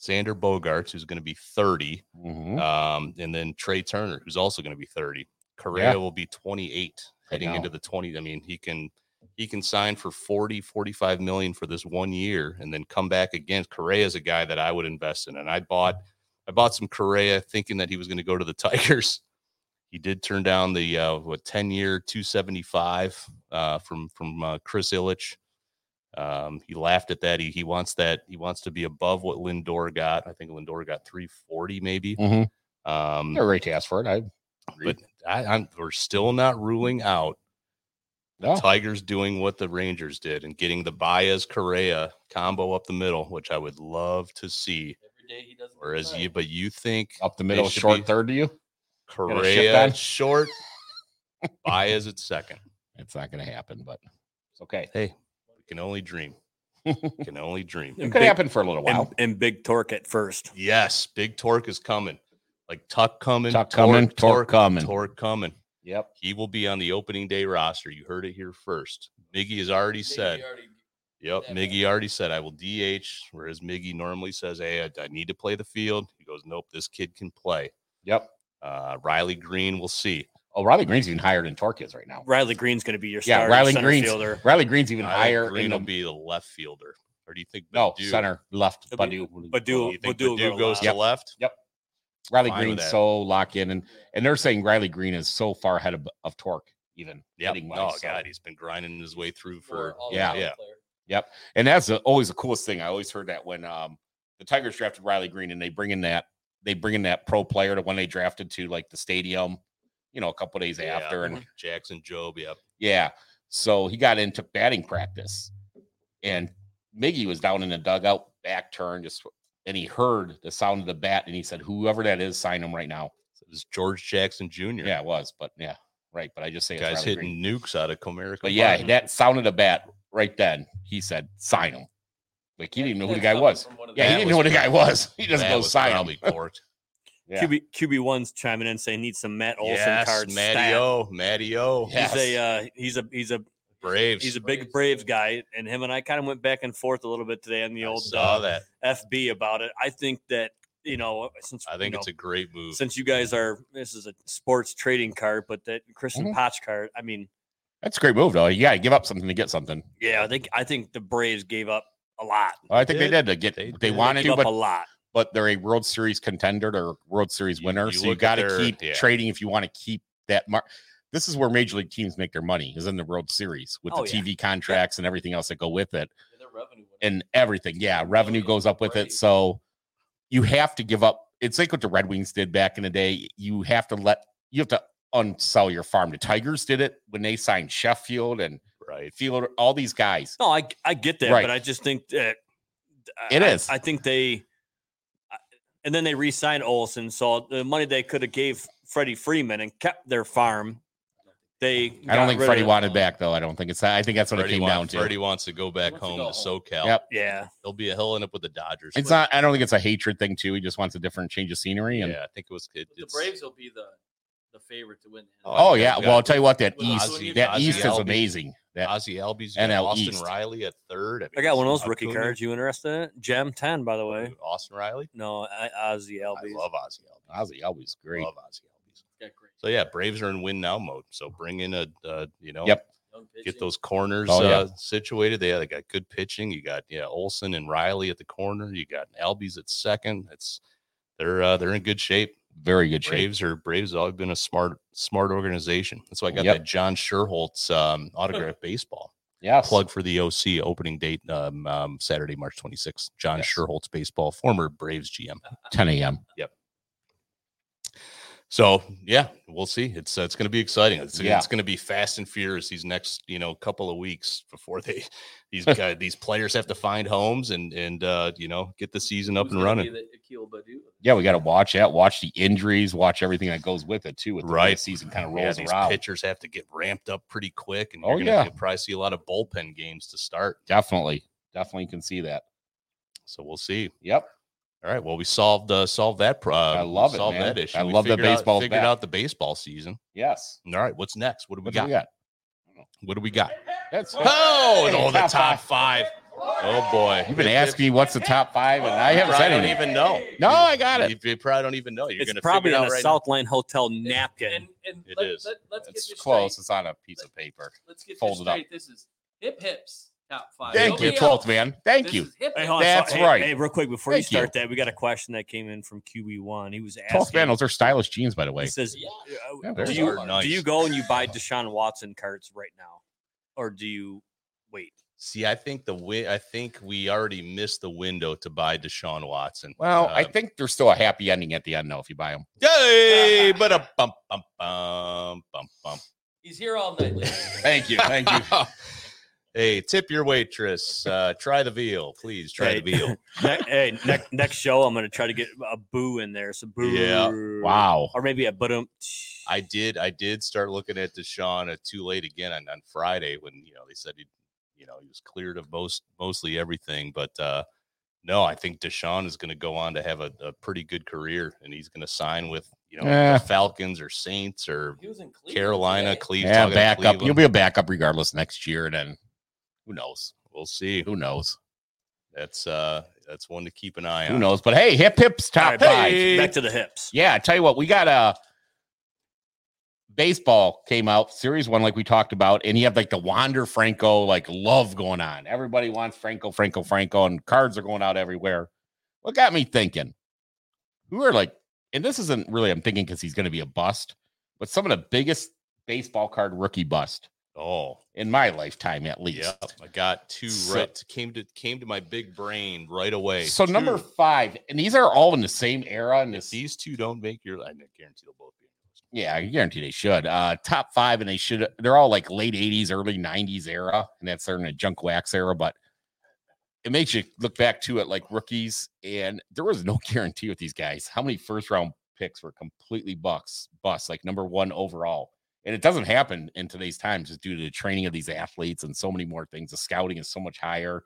Speaker 2: Xander Bogarts who's going to be 30,
Speaker 3: Mhm.
Speaker 2: um, and then Trey Turner, who's also going to be 30. Correa
Speaker 3: Yeah.
Speaker 2: will be 28
Speaker 3: I
Speaker 2: heading
Speaker 3: know.
Speaker 2: into the 20. I mean, he can he can sign for 40, 45 million for this one year and then come back again. Correa is a guy that I would invest in. And I bought I bought some Correa thinking that he was going to go to the <laughs> Tigers. He did turn down the uh, what 10 year 275 uh, from from uh, Chris Illich. Um, he laughed at that. He, he wants that. He wants to be above what Lindor got. I think Lindor got 340 maybe.
Speaker 3: Mhm.
Speaker 2: Um,
Speaker 3: They're right to ask for it. I
Speaker 2: but I, I'm we're still not ruling out
Speaker 3: no.
Speaker 2: Tigers doing what the Rangers did and getting the Baez Correa combo up the middle, which I would love to see.
Speaker 5: Every day he doesn't.
Speaker 2: Whereas
Speaker 5: play.
Speaker 2: you, but you think
Speaker 3: up the middle,
Speaker 2: should
Speaker 3: short
Speaker 2: be-
Speaker 3: third to you. a shift
Speaker 2: Correa
Speaker 3: on?
Speaker 2: at
Speaker 3: <laughs>
Speaker 2: short, Baez at second.
Speaker 3: It's not going to happen, but it's okay.
Speaker 2: Hey, we can only
Speaker 3: <laughs>
Speaker 2: dream. Can only dream.
Speaker 3: It
Speaker 4: And
Speaker 3: could
Speaker 4: big-
Speaker 3: happen for a little while.
Speaker 4: And, and big torque at first.
Speaker 2: Yes, big torque is coming. Like Tuck coming,
Speaker 3: Tuck coming, Torque coming.
Speaker 2: Torque coming.
Speaker 3: Yep.
Speaker 2: He will be on the opening day roster. You heard it here first. Miggy has already
Speaker 5: Maybe he
Speaker 2: said.
Speaker 5: already-
Speaker 2: Yep,
Speaker 5: Yeah,
Speaker 2: Miggy already said I will DH, whereas Miggy normally says, "Hey, I, I need to play the field." He goes, "Nope, this kid can play."
Speaker 3: Yep.
Speaker 2: Uh, Riley Green, we'll see.
Speaker 3: Oh, Riley Green's even higher than Torque is right now.
Speaker 4: Riley Green's going to be your
Speaker 3: Yeah,
Speaker 4: star
Speaker 3: Riley
Speaker 4: center
Speaker 3: Green's-
Speaker 4: fielder.
Speaker 3: Riley Green's even
Speaker 2: Riley
Speaker 3: higher.
Speaker 2: Green
Speaker 3: in
Speaker 2: will
Speaker 3: the,
Speaker 2: be the left fielder, or do you think?
Speaker 3: no
Speaker 2: Badu-
Speaker 3: center left.
Speaker 4: It'll be
Speaker 3: Badu.
Speaker 2: You
Speaker 4: Badu,
Speaker 2: think
Speaker 4: Badu,
Speaker 2: Badu goes to
Speaker 3: uh,
Speaker 4: yep.
Speaker 2: left?
Speaker 3: Riley
Speaker 2: fine with
Speaker 3: Green's
Speaker 2: that.
Speaker 3: so locked in, and and they're saying Riley Green is so far ahead of, of Torque even.
Speaker 2: Yeah.
Speaker 3: hitting-wise,
Speaker 2: Oh
Speaker 3: so-
Speaker 2: God, he's been grinding his way through
Speaker 5: More
Speaker 2: for
Speaker 5: all-around
Speaker 2: yeah.
Speaker 5: player.
Speaker 3: And that's the- always the coolest thing. I always heard that when um, the Tigers drafted Riley Green and they bring in that they bring in that pro player to when they drafted to like the stadium, you know, a couple days
Speaker 2: Yeah,
Speaker 3: after, and
Speaker 2: Jackson Job. Yep.
Speaker 3: yeah, so he got in took batting practice, and Miggy was down in the dugout, back turned, just and he heard the sound of the bat, and he said, "Whoever that is, sign him right now."
Speaker 2: So it was George Jackson Jr.
Speaker 3: Yeah, it was, but yeah, right. But I just say it's
Speaker 2: guys
Speaker 3: Riley Green.
Speaker 2: hitting nukes out of Comerica.
Speaker 3: But yeah,
Speaker 2: Park.
Speaker 3: that sounded a bat right then. He said, sign him. Like he didn't know who
Speaker 2: <laughs>
Speaker 3: the guy was. Yeah, he
Speaker 2: That
Speaker 3: didn't
Speaker 2: was
Speaker 3: know who the guy
Speaker 2: pretty-
Speaker 3: was. He just
Speaker 2: That
Speaker 3: goes
Speaker 2: was
Speaker 3: sign
Speaker 2: probably
Speaker 3: him.
Speaker 2: corked.
Speaker 3: Yeah.
Speaker 4: QB QB one's chiming in saying needs some Matt Olson cards.
Speaker 2: Matty
Speaker 4: stat."
Speaker 2: O, Matty O,
Speaker 3: Yeah.
Speaker 4: He's a uh, he's a he's a
Speaker 2: Braves.
Speaker 4: he's a big Braves guy, and him and I kind of went back and forth a little bit today on the
Speaker 2: I
Speaker 4: old
Speaker 2: saw
Speaker 4: uh,
Speaker 2: that.
Speaker 4: FB about it. I think that you know since
Speaker 2: I think
Speaker 4: you
Speaker 2: it's
Speaker 4: know,
Speaker 2: a great move.
Speaker 4: since you guys are this is a sports trading card, but that Christian
Speaker 3: Mhm.
Speaker 4: Potchkart, I mean,
Speaker 3: That's a great move, though. You got to give up something to get something.
Speaker 4: yeah, I think I think the Braves gave up a lot.
Speaker 3: Well, I think they
Speaker 2: did.
Speaker 3: did to get.
Speaker 2: They
Speaker 3: They,
Speaker 2: did.
Speaker 3: wanted
Speaker 4: Gave
Speaker 3: to,
Speaker 4: up a
Speaker 3: but
Speaker 4: lot.
Speaker 3: but they're a World Series contender or World Series
Speaker 2: You-
Speaker 3: winner,
Speaker 2: you
Speaker 3: so you
Speaker 2: look at
Speaker 3: got to
Speaker 2: their-
Speaker 3: keep
Speaker 2: yeah.
Speaker 3: trading if you want to keep that mark. This is where major league teams make their money is in the World Series with
Speaker 4: Oh,
Speaker 3: the
Speaker 4: yeah.
Speaker 3: TV contracts and everything else that go with it.
Speaker 5: Their revenue went
Speaker 3: and everything. Yeah,
Speaker 5: Oh,
Speaker 3: revenue
Speaker 5: yeah,
Speaker 3: goes up with
Speaker 5: right.
Speaker 3: it. So you have to give up. It's like what the Red Wings did back in the day. You have to let you have to unsell your farm. The Tigers did it when they signed Sheffield and
Speaker 2: right.
Speaker 3: Fielder, all these guys.
Speaker 4: No, I I get that,
Speaker 3: Right.
Speaker 4: but I just think that
Speaker 3: It
Speaker 4: it is. I,
Speaker 3: is.
Speaker 4: I think they, I- and then they re-signed Olson, so the money they could have gave Freddie Freeman and kept their farm. They,
Speaker 3: I don't
Speaker 4: got
Speaker 3: think
Speaker 4: rid
Speaker 3: Freddie
Speaker 4: of-
Speaker 3: wanted back though. I don't think it's. I think that's what
Speaker 2: Freddie,
Speaker 3: it came
Speaker 2: want-
Speaker 3: down to.
Speaker 2: Freddie wants to go back
Speaker 5: wants to
Speaker 2: home to,
Speaker 5: go home.
Speaker 2: SoCal.
Speaker 3: Yep.
Speaker 4: Yeah,
Speaker 2: He'll be he'll end up with the Dodgers.
Speaker 3: It's not. I don't think it's a hatred thing too. He just wants a different change of scenery. And
Speaker 2: Yeah, I think it was. It,
Speaker 5: But
Speaker 2: it's,
Speaker 5: the Braves will be the the favorite to win. the
Speaker 2: Oh,
Speaker 5: NL.
Speaker 3: oh
Speaker 2: yeah,
Speaker 3: yeah.
Speaker 2: yeah.
Speaker 3: Well, I'll tell you what. That
Speaker 5: With
Speaker 3: East.
Speaker 5: Ozzie-
Speaker 3: that
Speaker 2: Ozzie
Speaker 3: East is
Speaker 2: Albies.
Speaker 3: amazing. That
Speaker 2: Ozzie Albies, you got
Speaker 3: NL
Speaker 2: Austin
Speaker 3: East.
Speaker 2: Riley at third.
Speaker 4: I
Speaker 2: mean,
Speaker 4: got one of those rookie
Speaker 2: Acuna,
Speaker 4: cards. You interested in it? Gem ten, by the way.
Speaker 2: Austin Riley.
Speaker 4: No, I, Ozzy
Speaker 2: I
Speaker 4: Albies.
Speaker 2: love Ozzie Albies.
Speaker 3: Ozzy always great.
Speaker 2: Love Ozzie Albies.
Speaker 5: He's got great
Speaker 2: So yeah, Braves are in win now mode. So bring in a uh, you know
Speaker 3: Yep.
Speaker 5: young
Speaker 2: get
Speaker 5: pitching.
Speaker 2: those corners
Speaker 3: Oh, yeah.
Speaker 2: uh, situated. They, they got good pitching. You got yeah Olson and Riley at the corner. You got Albies at second. It's they're uh, they're in good shape.
Speaker 3: Very good shape.
Speaker 2: Braves are Braves have always been a smart smart organization. That's why I got
Speaker 3: Yep.
Speaker 2: that John Sherholtz um, autograph baseball
Speaker 3: Yes.
Speaker 2: plug for the OC opening date um, um, Saturday, March 26th. John
Speaker 3: Yes.
Speaker 2: Sherholtz baseball, former Braves GM.
Speaker 3: 10 a.m.
Speaker 2: So yeah, we'll see. It's uh, it's going to be exciting. It's,
Speaker 3: Yeah.
Speaker 2: it's going to be fast and furious these next you know couple of weeks before they <laughs> these guys, these players have to find homes and and uh, you know get the season up
Speaker 5: Who's
Speaker 2: and
Speaker 5: gonna
Speaker 2: running.
Speaker 5: be the Akil Badu?
Speaker 3: Yeah, we got to watch that. Watch the injuries. Watch everything that goes with it too. With the way the
Speaker 2: Right.
Speaker 3: season kind of
Speaker 2: Yeah,
Speaker 3: rolls
Speaker 2: these
Speaker 3: around.
Speaker 2: pitchers have to get ramped up pretty quick, and
Speaker 3: Oh,
Speaker 2: you're gonna
Speaker 3: yeah.
Speaker 2: you'll probably see a lot of bullpen games to start.
Speaker 3: Definitely, definitely can see that.
Speaker 2: So we'll see.
Speaker 3: Yep.
Speaker 2: All right. Well, we solved uh, solved that problem.
Speaker 3: I love it,
Speaker 2: Solved
Speaker 3: man.
Speaker 2: that issue.
Speaker 3: I
Speaker 2: We
Speaker 3: love that
Speaker 2: figured out-
Speaker 3: baseball's
Speaker 2: Figured
Speaker 3: back.
Speaker 2: out the baseball season.
Speaker 3: Yes.
Speaker 2: All right. What's next? What do we
Speaker 3: What do
Speaker 2: got?
Speaker 3: we got?
Speaker 2: What do we got?
Speaker 3: That's
Speaker 2: Oh, and
Speaker 3: Hey,
Speaker 2: all
Speaker 3: <laughs>
Speaker 2: the top five.
Speaker 3: five.
Speaker 2: Oh boy.
Speaker 3: You've been
Speaker 2: If-
Speaker 3: asking me what's the top five, and I
Speaker 2: You
Speaker 3: haven't
Speaker 2: probably
Speaker 3: said
Speaker 2: don't
Speaker 3: anything.
Speaker 2: even know.
Speaker 3: No, I got it.
Speaker 2: You, you probably don't even know. You're
Speaker 4: it's
Speaker 2: gonna
Speaker 4: probably
Speaker 2: figure it
Speaker 4: on
Speaker 2: out
Speaker 4: a
Speaker 2: right now.
Speaker 4: Southland Hotel napkin.
Speaker 5: And, and
Speaker 2: It
Speaker 5: let,
Speaker 2: is.
Speaker 5: us get
Speaker 3: It's
Speaker 5: this
Speaker 3: close.
Speaker 5: straight.
Speaker 3: It's on a piece of paper.
Speaker 5: Let's get this
Speaker 3: Folded up.
Speaker 5: straight. This is hip hips top five.
Speaker 3: Thank you,
Speaker 5: Nobody
Speaker 3: twelfth
Speaker 5: else.
Speaker 3: man. Thank
Speaker 5: This
Speaker 3: you.
Speaker 5: is hip
Speaker 4: Hey,
Speaker 5: hips.
Speaker 4: hold on,
Speaker 3: That's
Speaker 4: so- hey,
Speaker 3: right.
Speaker 4: Hey, real quick before you
Speaker 3: Thank you.
Speaker 4: start that, we got a question that came in from QB one. He was
Speaker 3: Twelfth man,
Speaker 4: asking.
Speaker 3: those are stylish jeans, by the way.
Speaker 4: He says, uh,
Speaker 5: Yeah.
Speaker 3: Yeah,
Speaker 4: do
Speaker 3: those
Speaker 4: you
Speaker 3: are
Speaker 2: nice.
Speaker 4: do you go and you buy Deshaun Watson cards right now, or do you wait?
Speaker 2: See, I think the win. I think we already missed the window to buy Deshaun Watson.
Speaker 3: Well, I
Speaker 2: Um,
Speaker 3: think there's still a happy ending at the end, though, if you buy them. <laughs>
Speaker 2: Yay! But a bump, bump, bump, bump, bump.
Speaker 5: He's here all night. ladies.
Speaker 3: Thank you. Thank you.
Speaker 2: <laughs> hey, tip your waitress. Uh, try the veal, please. Try the
Speaker 3: <laughs>
Speaker 4: Hey,
Speaker 2: veal.
Speaker 4: ne- hey, ne- next show I'm gonna try to get a boo in there. So boo.
Speaker 2: Yeah.
Speaker 3: <laughs> wow.
Speaker 4: Or maybe a but um.
Speaker 2: I did. I did start looking at Deshaun at too late again on, on Friday when you know they said he, you know, he was cleared of most mostly everything. But uh, no, I think Deshaun is going to go on to have a, a pretty good career, and he's going to sign with you know
Speaker 3: Yeah.
Speaker 2: the Falcons or Saints or
Speaker 5: He was in Cleveland
Speaker 2: Carolina,
Speaker 5: today.
Speaker 2: Cleveland.
Speaker 3: Yeah, backup. You'll be a backup regardless next year, and then who knows?
Speaker 2: we'll see.
Speaker 3: Who knows?
Speaker 2: That's uh, that's one to keep an eye on.
Speaker 3: Who knows? But hey, hip hips top
Speaker 4: All right,
Speaker 3: five.
Speaker 4: back- Back to the hips.
Speaker 3: Yeah, I tell you what, we got a baseball came out series one, like we talked about, and you have like the Wander Franco like love going on. Everybody wants Franco, Franco, Franco, and cards are going out everywhere. What got me thinking? Who are like, and this isn't really I'm thinking because he's going to be a bust, but some of the biggest baseball card rookie bust
Speaker 2: Oh,
Speaker 3: in my lifetime, at least.
Speaker 2: yeah. I got two
Speaker 3: So-
Speaker 2: right. Came to came to my big brain right away.
Speaker 3: So number
Speaker 2: Two.
Speaker 3: five, and these are all in the same era and
Speaker 2: If
Speaker 3: this
Speaker 2: these two don't make your, I guarantee they'll both be.
Speaker 3: Yeah, I guarantee they should. Uh top five, and they should they're all like late 80s, early 90s era, and that's their in a junk wax era, but it makes you look back to it like rookies, and there was no <laughs> guarantee with these guys. How many first round picks were completely bucks bust, like number one overall? And it doesn't happen in today's times just due to the training of these athletes and so many more things. The scouting is so much higher.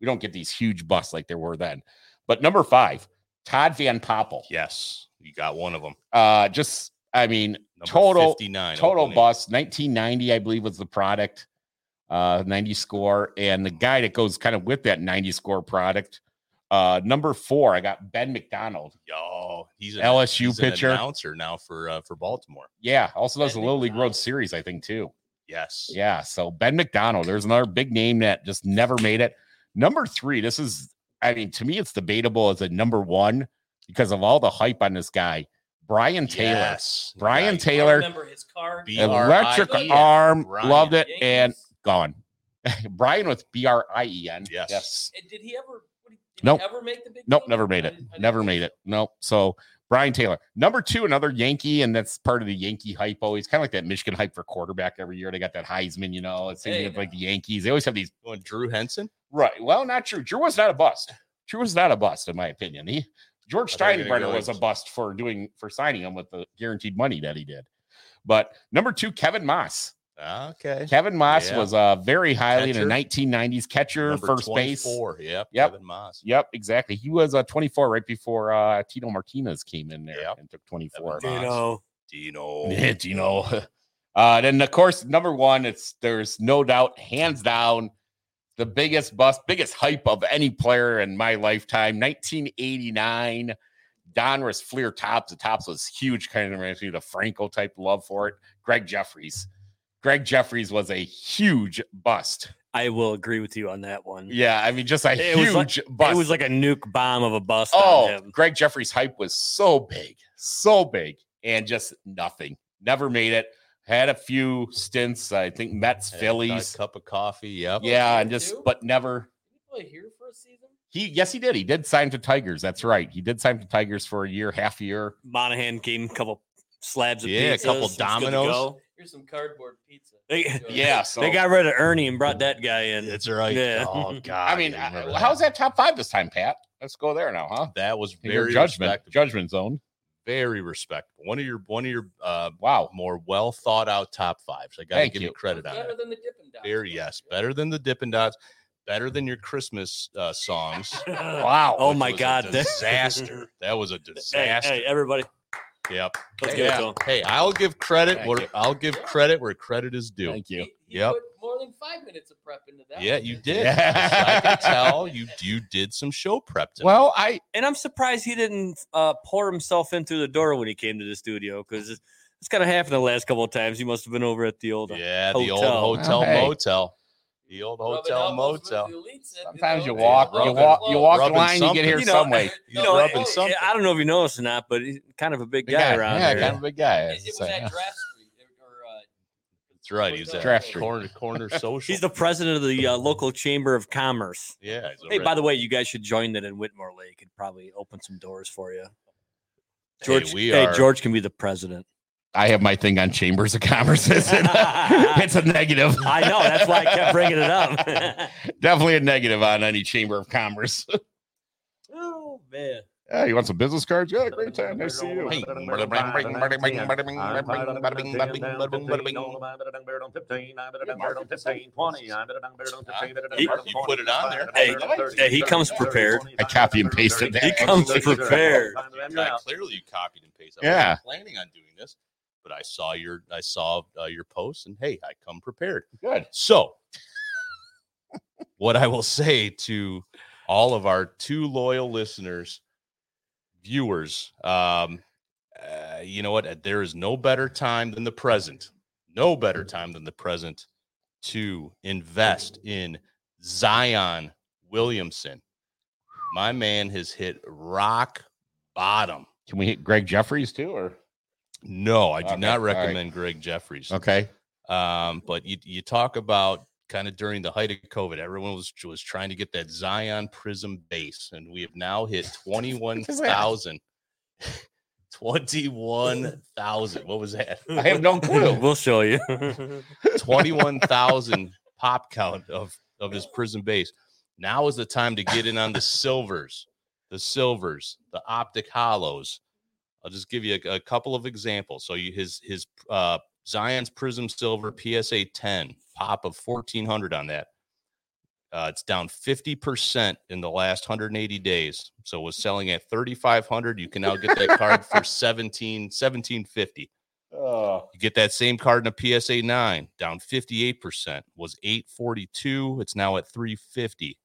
Speaker 3: We don't get these huge busts like there were then. But number five, Todd Van Poppel.
Speaker 2: Yes, you got one of them.
Speaker 3: Uh just I mean,
Speaker 2: Number
Speaker 3: Total-
Speaker 2: 59.
Speaker 3: total
Speaker 2: Oakland
Speaker 3: bust 1990 i believe was the product uh 90 score and the guy that goes kind of with that 90 score product uh number four i got ben mcdonald
Speaker 2: A's. Yo, he's an,
Speaker 3: LSU
Speaker 2: he's an
Speaker 3: pitcher.
Speaker 2: announcer now for uh, for Baltimore.
Speaker 3: yeah also does the
Speaker 5: Ben
Speaker 3: little league
Speaker 5: McDonald.
Speaker 3: world series i think too
Speaker 2: Yes.
Speaker 3: yeah so ben mcdonald there's another big name that just never made it number three this is i mean to me it's debatable as a number one because of all the hype on this guy brian taylor
Speaker 2: Yes.
Speaker 3: Brian
Speaker 2: Right.
Speaker 5: I
Speaker 3: Taylor.
Speaker 5: remember his car.
Speaker 2: B-
Speaker 3: electric
Speaker 5: B.R.I.E.N.,
Speaker 3: arm
Speaker 2: Brian
Speaker 3: loved it and
Speaker 5: Yankees.
Speaker 3: gone <laughs> brian with b-r-i-e-n
Speaker 2: Yes.
Speaker 5: And did he ever? what did- Did
Speaker 3: Nope.
Speaker 5: He ever make the big?
Speaker 3: Nope,
Speaker 5: league?
Speaker 3: never made
Speaker 5: I
Speaker 3: it.
Speaker 5: didn't- I didn't
Speaker 3: Never
Speaker 5: think
Speaker 3: made
Speaker 5: so.
Speaker 3: it. Nope. So Brian Taylor, number two, another Yankee, and that's part of the Yankee hype. Always kind of like that Michigan hype for quarterback every year. They got that Heisman, you know. It's
Speaker 5: Hey,
Speaker 3: like the Yankees. They always have these.
Speaker 2: Going Oh, Drew Henson.
Speaker 3: Right. Well, not true. Drew was not a bust. Drew was not a bust, in my opinion. He George
Speaker 2: I thought you were gonna
Speaker 3: Steinbrenner
Speaker 2: go
Speaker 3: was a
Speaker 2: with-
Speaker 3: bust for doing for signing him with the guaranteed money that he did. But number two, Kevin Moss.
Speaker 2: Okay.
Speaker 3: Kevin Moss
Speaker 2: Yeah.
Speaker 3: was uh, very highly
Speaker 2: Catcher.
Speaker 3: in the 1990s catcher,
Speaker 2: Number
Speaker 3: first base.
Speaker 2: 24, Yep.
Speaker 3: Yep.
Speaker 2: Kevin Moss.
Speaker 3: Yep, exactly. He was uh, 24 right before uh, Tito Martinez came in there
Speaker 2: Yep.
Speaker 3: and took 24.
Speaker 2: Kevin
Speaker 4: Dino.
Speaker 2: Dino.
Speaker 3: <laughs> Yeah, do you know? Uh, then of course, number one, it's there's no doubt, hands down, the biggest bust, biggest hype of any player in my lifetime. 1989, Donruss Fleer tops. The tops was huge, kind of reminds me of the Franco type love for it. Greg Jeffries. Greg Jeffries was a huge bust.
Speaker 4: I will agree with you on that one.
Speaker 3: Yeah, I mean, just a
Speaker 4: Mm-hmm. It was
Speaker 3: huge
Speaker 4: like-
Speaker 3: bust.
Speaker 4: It was like a nuke bomb of a bust on
Speaker 3: oh,
Speaker 4: him.
Speaker 3: Greg Jeffries' hype was so big, so big, and just nothing. Never made it. Had a few stints. I think Mets,
Speaker 2: A- a
Speaker 3: Phillies.
Speaker 2: cup of coffee. Yep.
Speaker 3: Yeah, and just
Speaker 5: Two?
Speaker 3: but never.
Speaker 5: Did he play here for a season?
Speaker 3: He yes, he did. He did sign to Tigers. That's right. He did sign to Tigers for a year, half a year.
Speaker 4: Monahan gave him a couple slabs of
Speaker 2: Yeah, a
Speaker 4: pizzas.
Speaker 2: couple
Speaker 4: It's good to
Speaker 2: dominoes.
Speaker 4: go.
Speaker 5: Here's some cardboard pizza.
Speaker 4: They- <laughs>
Speaker 5: Enjoy.
Speaker 3: Yeah, so
Speaker 4: They got rid of Ernie and brought that guy in. <laughs>
Speaker 2: That's right.
Speaker 4: Yeah.
Speaker 2: Oh God.
Speaker 3: I mean,
Speaker 2: <laughs> I remember
Speaker 3: I- how's that top five this time, Pat? Let's go there now, huh?
Speaker 2: That was
Speaker 3: Your
Speaker 2: very
Speaker 3: judgment,
Speaker 2: respectable.
Speaker 3: judgment zone.
Speaker 2: Very respectable. One of your one of your uh,
Speaker 3: Wow.
Speaker 2: more well thought out top fives. I got to
Speaker 3: Thank
Speaker 2: give
Speaker 3: you.
Speaker 2: you credit on
Speaker 5: Better
Speaker 2: that.
Speaker 5: than the Dippin' Dots.
Speaker 2: Very
Speaker 5: one.
Speaker 2: yes, better than the Dippin' Dots, better than your Christmas uh, songs.
Speaker 3: Wow.
Speaker 4: <laughs> Oh
Speaker 2: which
Speaker 4: my
Speaker 2: was a
Speaker 4: God, <laughs> that-
Speaker 2: disaster! that was a
Speaker 4: hey,
Speaker 2: disaster.
Speaker 4: hey, everybody,
Speaker 2: Yep.
Speaker 4: let's
Speaker 2: Hey,
Speaker 4: give
Speaker 2: yeah.
Speaker 4: it to him.
Speaker 2: Hey, I'll give credit
Speaker 3: Thank
Speaker 2: where
Speaker 3: you.
Speaker 2: I'll give credit where credit is due.
Speaker 3: Thank
Speaker 5: He,
Speaker 3: you.
Speaker 5: he
Speaker 2: Yep.
Speaker 5: put more than five minutes of prep into that.
Speaker 2: Yeah,
Speaker 5: one.
Speaker 2: you did.
Speaker 3: Yeah.
Speaker 2: I can tell you you did some show prep. Tonight.
Speaker 3: Well, I
Speaker 4: And I'm surprised he didn't uh, pour himself in through the door when he came to the studio because it's, it's kind of happened the last couple of times. He must have been over at the old. uh,
Speaker 2: yeah, the old
Speaker 4: Hotel.
Speaker 2: hotel
Speaker 3: Well, hey.
Speaker 2: motel, the old
Speaker 5: Rubbing
Speaker 2: hotel
Speaker 5: elbows with
Speaker 2: motel.
Speaker 5: the elites at the
Speaker 3: sometimes you
Speaker 5: Dollar
Speaker 3: walk,
Speaker 5: Tree.
Speaker 3: you
Speaker 2: rubbing-
Speaker 3: walk, you walk the
Speaker 2: rubbing
Speaker 3: line, you get here
Speaker 4: something. You know,
Speaker 5: <laughs>
Speaker 3: some way.
Speaker 4: eh,
Speaker 2: He's
Speaker 5: No,
Speaker 2: rubbing
Speaker 5: it-
Speaker 2: something.
Speaker 4: I don't know if you know this or not, but he's kind of a big
Speaker 3: Big
Speaker 4: guy
Speaker 3: guy.
Speaker 4: around
Speaker 3: yeah,
Speaker 4: here.
Speaker 3: kind of a big guy.
Speaker 5: It, it was
Speaker 3: So, yeah.
Speaker 5: at Draft Street. Or, uh,
Speaker 2: That's right. He's at
Speaker 3: Draft Street.
Speaker 2: corner corner social.
Speaker 4: He's the president of the uh, local chamber of commerce.
Speaker 2: yeah. he's
Speaker 4: Hey,
Speaker 2: over
Speaker 4: by
Speaker 2: at-
Speaker 4: the way, you guys should join that in Whitmore Lake. It'd probably open some doors for you.
Speaker 2: Hey,
Speaker 4: George, hey,
Speaker 2: we are-
Speaker 4: George can be the president.
Speaker 3: I have my thing on chambers of commerce. <laughs> It's a, it's a negative.
Speaker 4: I know. That's why I kept bringing it up.
Speaker 3: <laughs> Definitely a negative on any chamber of commerce.
Speaker 4: <laughs>
Speaker 3: <laughs>
Speaker 4: oh man.
Speaker 3: Yeah, you want some business cards? Yeah, great time. Nice to see you.
Speaker 2: Hey. He- you put it on there.
Speaker 4: Hey, hey, he comes prepared.
Speaker 3: I copy and paste it.
Speaker 4: He comes prepared.
Speaker 2: I clearly you copied and pasted. I
Speaker 3: Yeah.
Speaker 2: wasn't planning on doing this, but I saw your I saw uh, your post, and hey, I come prepared.
Speaker 3: Good.
Speaker 2: So, what I will say to all of our two loyal listeners, viewers, um, uh, you know what? There is no better time than the present. No better time than the present to invest in Zion Williamson. My man has hit rock bottom.
Speaker 3: Can we hit Greg Jeffries too? Or
Speaker 2: No, I do
Speaker 3: Okay,
Speaker 2: not
Speaker 3: all right.
Speaker 2: recommend Greg Jeffries.
Speaker 3: okay.
Speaker 2: Um, but you you talk about kind of during the height of COVID, everyone was was trying to get that Zion Prism base, and we have now
Speaker 3: <laughs>
Speaker 2: hit twenty one thousand. <laughs> 21,000. What was
Speaker 3: <laughs>
Speaker 2: that?
Speaker 3: I have
Speaker 4: <laughs>
Speaker 3: no clue.
Speaker 4: we'll show you.
Speaker 2: 21,000 pop count of of his Prism base. Now is the time to get in on the silvers, the silvers, the optic hollows. I'll just give you a, a couple of examples. So you, his his uh, Zion's Prism Silver PSA 10 pop of 1400 on that. Uh, it's down 50% in the last 180 days. So it was selling at 3500, you can now get that card for 17 1750.
Speaker 3: Oh,
Speaker 2: You get that same card in a PSA 9, down 58%, was 842, it's now at 350.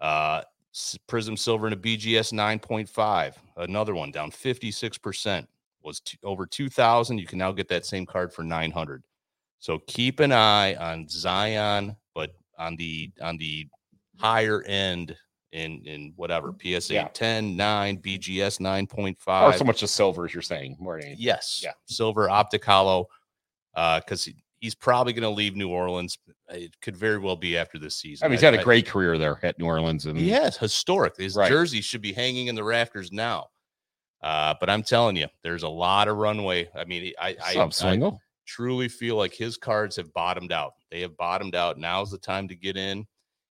Speaker 2: Uh S- Prism Silver in a BGS 9.5, another one down 56%, was t- over 2000, you can now get that same card for 900. So keep an eye on Zion, but on the on the higher end in in whatever PSA
Speaker 3: Yeah.
Speaker 2: 10, 9, BGS 9.5
Speaker 3: or so much of silvers you're saying more than anything.
Speaker 2: yes
Speaker 3: Yeah.
Speaker 2: silver optic hollow uh because he, he's probably going to leave new orleans uh, it could very well be after this season
Speaker 3: I mean, he's had a great career there at New Orleans, and
Speaker 2: yes historic his
Speaker 3: Right.
Speaker 2: jersey should be hanging in the rafters now uh but i'm telling you there's a lot of runway i mean i I,
Speaker 3: Sup,
Speaker 2: I
Speaker 3: Swingle.
Speaker 2: truly feel like his cards have bottomed out they have bottomed out now's the time to get in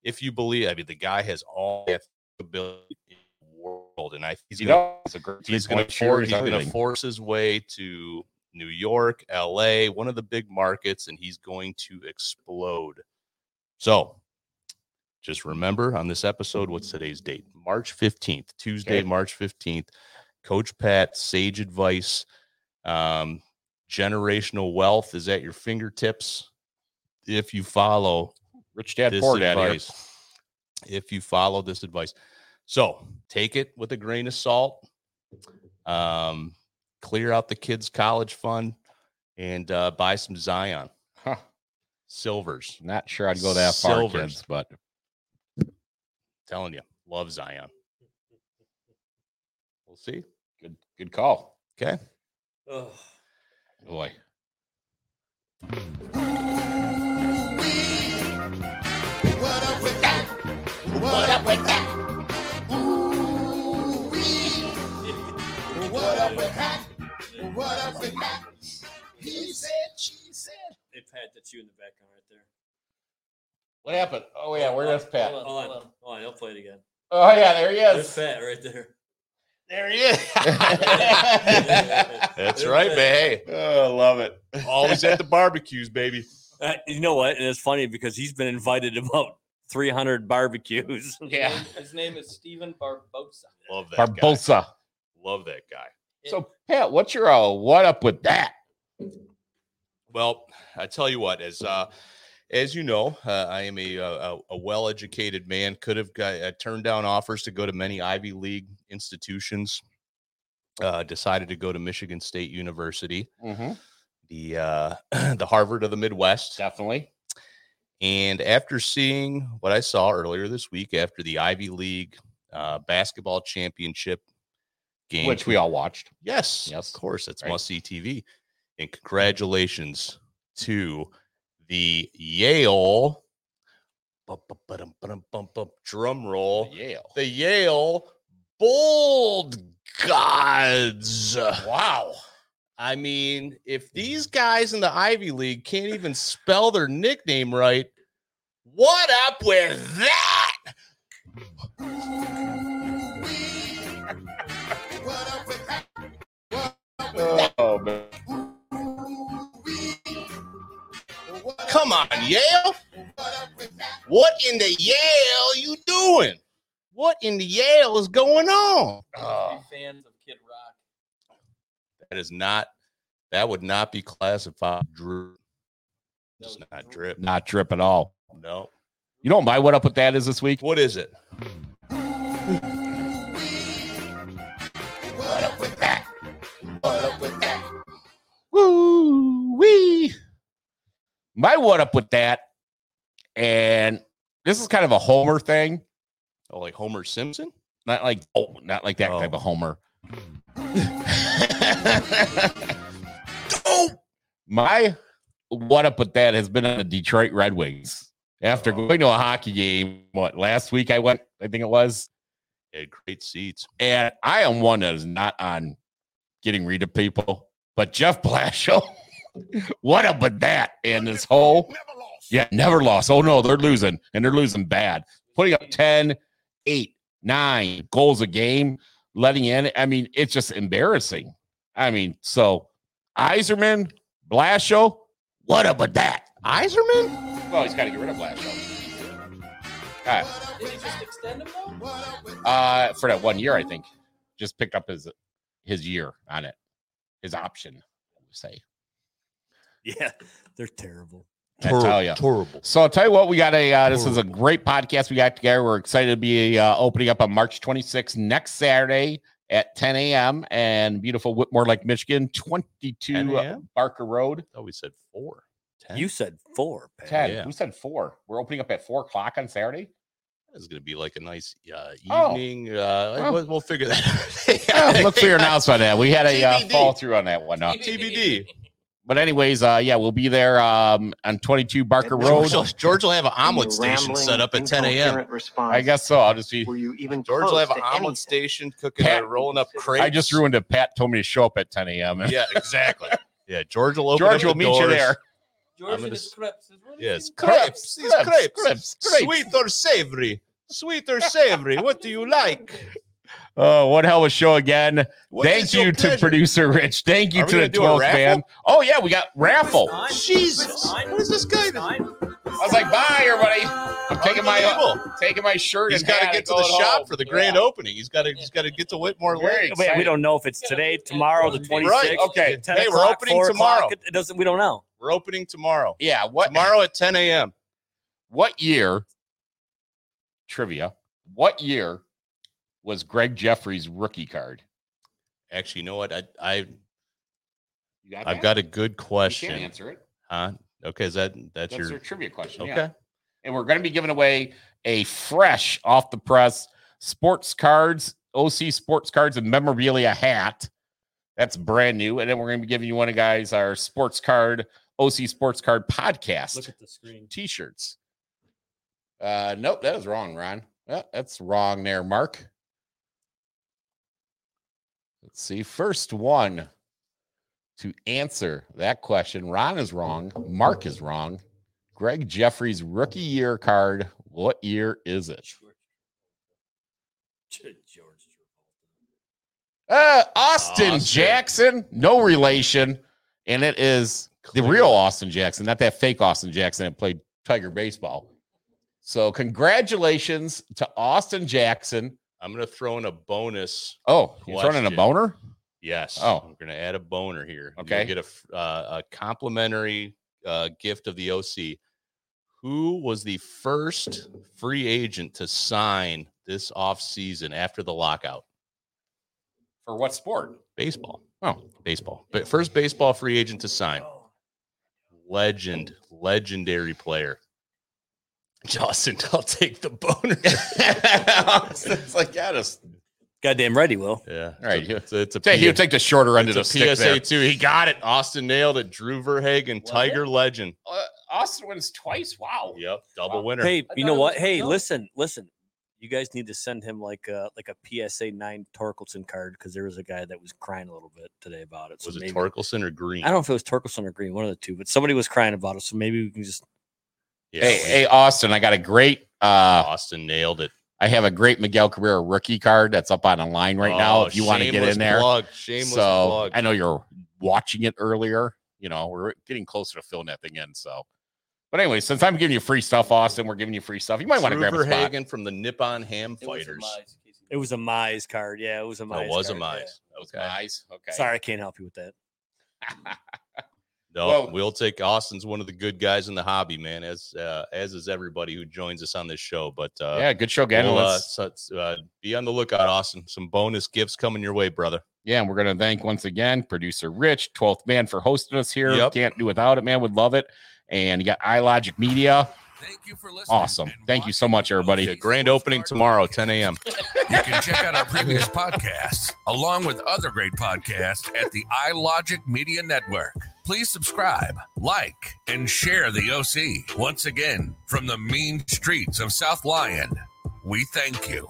Speaker 2: if you believe i mean the guy has all the ability in the world and i think he's
Speaker 3: you
Speaker 2: gonna
Speaker 3: know, it's a great
Speaker 2: he's
Speaker 3: three-point
Speaker 2: going to for,
Speaker 3: shooter,
Speaker 2: he's going to
Speaker 3: everything.
Speaker 2: force his way to New York, LA, one of the big markets, and he's going to explode. So, just remember on this episode, what's today's date? March fifteenth, Tuesday,
Speaker 3: Okay.
Speaker 2: March fifteenth. Coach Pat, sage advice. Um, generational wealth is at your fingertips if you follow
Speaker 3: Rich Dad
Speaker 2: this
Speaker 3: Poor Dad. here.
Speaker 2: advice. If you follow this advice, so take it with a grain of salt. Um, clear out the kids' college fund and uh, buy some Zion.
Speaker 3: Huh.
Speaker 2: Silvers.
Speaker 3: Not sure I'd go that far,
Speaker 2: Silvers.
Speaker 3: kids, but
Speaker 2: Telling you, love Zion. We'll see.
Speaker 3: good good call.
Speaker 4: Ugh.
Speaker 3: Boy.
Speaker 4: They pat at you in the background right there.
Speaker 3: What happened? Oh yeah, where is Pat?
Speaker 5: Hold on,
Speaker 4: Hold on,
Speaker 5: hold on.
Speaker 4: hold on. He'll play it again.
Speaker 3: Oh yeah, there he
Speaker 4: There's
Speaker 3: is.
Speaker 4: Pat right there.
Speaker 3: There <laughs> he is.
Speaker 2: That's
Speaker 4: There's
Speaker 2: right,
Speaker 4: Pat.
Speaker 2: man.
Speaker 3: oh, I love it.
Speaker 2: Hey, always at the barbecues, baby.
Speaker 4: Uh, you know what? And it's funny because he's been invited to about 300 barbecues. <laughs>
Speaker 5: His name- His name is Steven Barbosa.
Speaker 2: Love that guy.
Speaker 3: Barbosa.
Speaker 2: Love that guy.
Speaker 3: So Pat, what's your uh, what up with that?
Speaker 2: Well, I tell you what, as uh, as you know, uh, I am a, uh, a a well-educated man. Could have got, uh, turned down offers to go to many Ivy League institutions. Uh, decided to go to Michigan State University,
Speaker 3: Mm-hmm.
Speaker 2: the uh, <clears throat> the Harvard of the Midwest.
Speaker 3: Definitely.
Speaker 2: And after seeing what I saw earlier this week, after the Ivy League uh, basketball championship game,
Speaker 3: Which we all watched.
Speaker 2: Yes,
Speaker 3: Yes,
Speaker 2: of course. That's
Speaker 3: right. Mm-hmm.
Speaker 2: must see TV. And congratulations to the Yale bum, bum, ba-dum, ba-dum, bum, bum, drum roll.
Speaker 3: Yale.
Speaker 2: The Yale Bold Gods. Wow. I mean,
Speaker 3: Mm-hmm.
Speaker 2: if these guys in the Ivy League can't even spell their nickname right, what up with that?
Speaker 3: Oh, man.
Speaker 2: Come on, Yale. What in the Yale you doing? What in the Yale is going on?
Speaker 3: Oh.
Speaker 5: Big fans of Kid Rock.
Speaker 2: That is not. That would not be classified drip.
Speaker 5: That
Speaker 2: It's
Speaker 5: was
Speaker 2: not
Speaker 5: Drew-
Speaker 2: drip.
Speaker 3: Not drip at all.
Speaker 2: No.
Speaker 3: You know what my what up with that is this week?
Speaker 2: What is it?
Speaker 3: Woo wee. My what up with that, and this is kind of a Homer thing,
Speaker 2: Oh, like Homer Simpson?
Speaker 3: not like oh, not like that
Speaker 2: Oh.
Speaker 3: type of Homer. My what up with that has been on the Detroit Red Wings. After going to a hockey game, what last week I went, I think it was,
Speaker 2: They had great seats.
Speaker 3: and I am one that is not on getting rid of people, but Jeff <laughs> Blasio, what up with that? And this whole, yeah, never lost. Oh no, they're losing and they're losing bad. Putting up 10, 8, 9 goals a game, letting in. I mean, it's just embarrassing. I mean, so Iserman, Blasio, what up with that?
Speaker 2: Iserman?
Speaker 3: Well, he's got to get rid of Blasio.
Speaker 5: Did he just extend him though?
Speaker 3: uh, for that one year, I think. Just picked up his his year on it, his option. I would say.
Speaker 4: yeah, they're terrible.
Speaker 3: I tell ya.
Speaker 2: Terrible.
Speaker 3: So I'll tell you what, we got a uh, this is a great podcast we got together. We're excited to be uh, opening up on March 26th next Saturday at 10 a.m. and beautiful Whitmore Lake, Michigan, 22 uh, Barker Road.
Speaker 2: Oh, we said four. Ten.
Speaker 4: You said four, Pat.
Speaker 3: 10.
Speaker 2: yeah.
Speaker 3: Who said four? We're opening up at four o'clock on Saturday. <laughs>
Speaker 2: It's going to be like a nice uh,
Speaker 3: Oh.
Speaker 2: evening. Uh,
Speaker 3: Oh.
Speaker 2: we'll, we'll figure that
Speaker 3: <laughs>
Speaker 2: out.
Speaker 3: Oh, look for your announcement on that. We had a uh,
Speaker 2: TBD.
Speaker 3: fall through on that one. Uh,
Speaker 2: TBD.
Speaker 3: but anyways, uh, yeah, we'll be there um, on 22 Barker Road.
Speaker 2: <laughs> George will, George will have an omelet station
Speaker 6: Rambling,
Speaker 2: set up at 10 a.m.
Speaker 6: incoherent response.
Speaker 3: I guess so. I'll just be
Speaker 6: Were you even
Speaker 2: George will
Speaker 6: close
Speaker 2: have an
Speaker 6: to anything?
Speaker 2: omelet station cooking, uh,
Speaker 3: Pat-
Speaker 2: rolling up crepes.
Speaker 3: <laughs> I just ruined it. Pat told me to show up at 10 a.m.
Speaker 2: Yeah, exactly. yeah, George
Speaker 3: <laughs>
Speaker 2: will open. up
Speaker 3: George
Speaker 2: the
Speaker 3: will meet you
Speaker 2: doors.
Speaker 3: there.
Speaker 5: George
Speaker 2: I'm
Speaker 5: and
Speaker 2: gonna
Speaker 5: his
Speaker 2: s-
Speaker 5: crepes. Is what
Speaker 2: Yes, crepes,
Speaker 3: Crepes,
Speaker 2: these
Speaker 3: crepes,
Speaker 2: crepes,
Speaker 3: crepes, crepes.
Speaker 2: sweet or savory, sweet or savory. What do you like?
Speaker 3: Oh, what hell of a show again.
Speaker 2: What
Speaker 3: Thank
Speaker 2: is your
Speaker 3: you to
Speaker 2: pleasure?
Speaker 3: producer Rich. Thank you
Speaker 2: Are we
Speaker 3: to
Speaker 2: gonna
Speaker 3: the
Speaker 2: do a
Speaker 3: 12th
Speaker 2: raffle?
Speaker 3: band. Oh, yeah, we got raffle. I
Speaker 2: Jesus, what is this guy? that-
Speaker 3: was like, bye, everybody. I'm taking my
Speaker 2: Unbelievable.
Speaker 3: taking my shirt.
Speaker 2: He's
Speaker 3: and
Speaker 2: got to
Speaker 3: hat
Speaker 2: get
Speaker 3: and
Speaker 2: to the
Speaker 3: going
Speaker 2: shop
Speaker 3: home.
Speaker 2: for the
Speaker 3: Yeah.
Speaker 2: grand opening. He's got to he's got to get to Whitmore
Speaker 3: Very
Speaker 2: Lake.
Speaker 4: Wait, we
Speaker 3: excited.
Speaker 4: don't know if it's today, tomorrow, the 26th.
Speaker 2: Right.
Speaker 3: Okay.
Speaker 4: 10
Speaker 2: Hey, we're
Speaker 4: o'clock,
Speaker 2: opening
Speaker 4: 4 o'clock,
Speaker 2: tomorrow.
Speaker 4: It doesn't. We don't know.
Speaker 2: We're opening tomorrow.
Speaker 3: Yeah, what
Speaker 2: Tomorrow at 10 a.m.
Speaker 3: what year trivia? What year was Greg Jeffries rookie card?
Speaker 2: Actually, you know what? I, I
Speaker 3: You got
Speaker 2: I've
Speaker 3: that?
Speaker 2: got a good
Speaker 3: You can't
Speaker 2: question.
Speaker 3: answer it.
Speaker 2: Huh? Okay, is that that's,
Speaker 3: That's
Speaker 2: your
Speaker 3: your trivia question.
Speaker 2: okay?
Speaker 3: yeah. and we're going to be giving away a fresh off the press sports cards, OC sports cards, and memorabilia hat. That's brand new. And then we're going to be giving you one of guys our sports card, OC sports card podcast
Speaker 4: Look at the screen.
Speaker 3: t shirts. Uh, nope, that is wrong, Ron. Yeah, that's wrong there, Mark. Let's see. First one to answer that question. Ron is wrong. Mark is wrong. Greg Jeffries rookie year card. What year is it?
Speaker 4: George.
Speaker 3: Uh, Austin,
Speaker 2: Austin.
Speaker 3: Jackson, no relation. And it is the
Speaker 2: Clear.
Speaker 3: real Austin Jackson, not that fake Austin Jackson that played Tiger baseball. So, congratulations to Austin Jackson.
Speaker 2: I'm gonna throw in a bonus.
Speaker 3: Oh, you're turning
Speaker 2: Question.
Speaker 3: a boner?
Speaker 2: Yes.
Speaker 3: Oh.
Speaker 2: I'm gonna add a boner here. You'll
Speaker 3: Okay.
Speaker 2: get a f- uh, a complimentary uh, gift of the OC. Who was the first free agent to sign this offseason after the lockout?
Speaker 3: For what sport?
Speaker 2: Baseball.
Speaker 3: Oh,
Speaker 2: Baseball. But first baseball free agent to sign. Legend, legendary player. Justin, <laughs> I'll take the boner.
Speaker 3: <laughs> it's like, yeah, just
Speaker 4: Goddamn right he will.
Speaker 2: yeah.
Speaker 3: All right,
Speaker 2: It's a,
Speaker 3: you-
Speaker 2: it's a, it's a
Speaker 3: take,
Speaker 2: P-
Speaker 3: you take the shorter end of the
Speaker 2: it's
Speaker 3: stick
Speaker 2: a PSA
Speaker 3: there.
Speaker 2: too. He got it. Austin nailed it. Drew Verhagen,
Speaker 3: Was
Speaker 2: Tiger legend.
Speaker 3: Uh, Austin wins twice. Wow.
Speaker 2: Yep, double
Speaker 3: Wow.
Speaker 2: winner.
Speaker 3: I
Speaker 4: Hey, you
Speaker 3: thought
Speaker 4: know
Speaker 3: it
Speaker 4: what?
Speaker 3: was
Speaker 4: Hey,
Speaker 3: Brazil.
Speaker 4: listen, listen. You guys need to send him like a like a PSA nine Torkelson card because there was a guy that was crying a little bit today about it. So
Speaker 2: was it
Speaker 4: maybe-
Speaker 2: Torkelson or Green?
Speaker 4: I don't know if it was Torkelson or Green, one of the two, but somebody was crying about it. So maybe we can just
Speaker 2: Yeah,
Speaker 3: Hey,
Speaker 2: we-
Speaker 3: hey, Austin, I got a great. uh
Speaker 2: Austin nailed it
Speaker 3: I have a great Miguel Cabrera rookie card that's up on a line right now.
Speaker 2: Oh,
Speaker 3: If you want to get
Speaker 2: shameless
Speaker 3: in there,
Speaker 2: plug, shameless
Speaker 3: so
Speaker 2: plug.
Speaker 3: I know you're watching it earlier. You know, we're getting closer to filling that thing in. So, but anyway, since I'm giving you free stuff, Austin, we're giving you free stuff. You might want to grab a spot.
Speaker 2: Hagen from the Nippon Ham
Speaker 5: It was a
Speaker 2: Fighters.
Speaker 5: Mize, Casey.
Speaker 4: it was a Mize card. Yeah, it was a Mize.
Speaker 2: That Oh, was a
Speaker 4: card, yeah.
Speaker 2: mize.
Speaker 3: Those
Speaker 2: Okay.
Speaker 3: guys. Okay.
Speaker 4: Sorry, I can't help you with that.
Speaker 2: No,
Speaker 3: Well-
Speaker 2: we'll take Austin's one of the good guys in the hobby, man. As uh, as is everybody who joins us on this show. But uh,
Speaker 3: <laughs> yeah. Good show, again.
Speaker 2: we'll, uh,
Speaker 3: Let's-
Speaker 2: so- so, uh, be on the lookout, Austin. Some bonus gifts coming your way, brother.
Speaker 3: Yeah, and we're going to thank once again producer Rich, 12th man, for hosting us here.
Speaker 2: Yep.
Speaker 3: Can't do without it, man. Would love it. And you got iLogic Media.
Speaker 1: Thank you for listening.
Speaker 3: Awesome.
Speaker 1: and
Speaker 3: Thank you so much, everybody.
Speaker 2: Yeah, grand opening tomorrow, 10 a.m.
Speaker 1: You can check out
Speaker 2: <laughs>
Speaker 1: our previous podcasts along with other great podcasts at the iLogic Media Network. Please subscribe, like, and share the OC. Once again, from the mean streets of South Lyon, we thank you.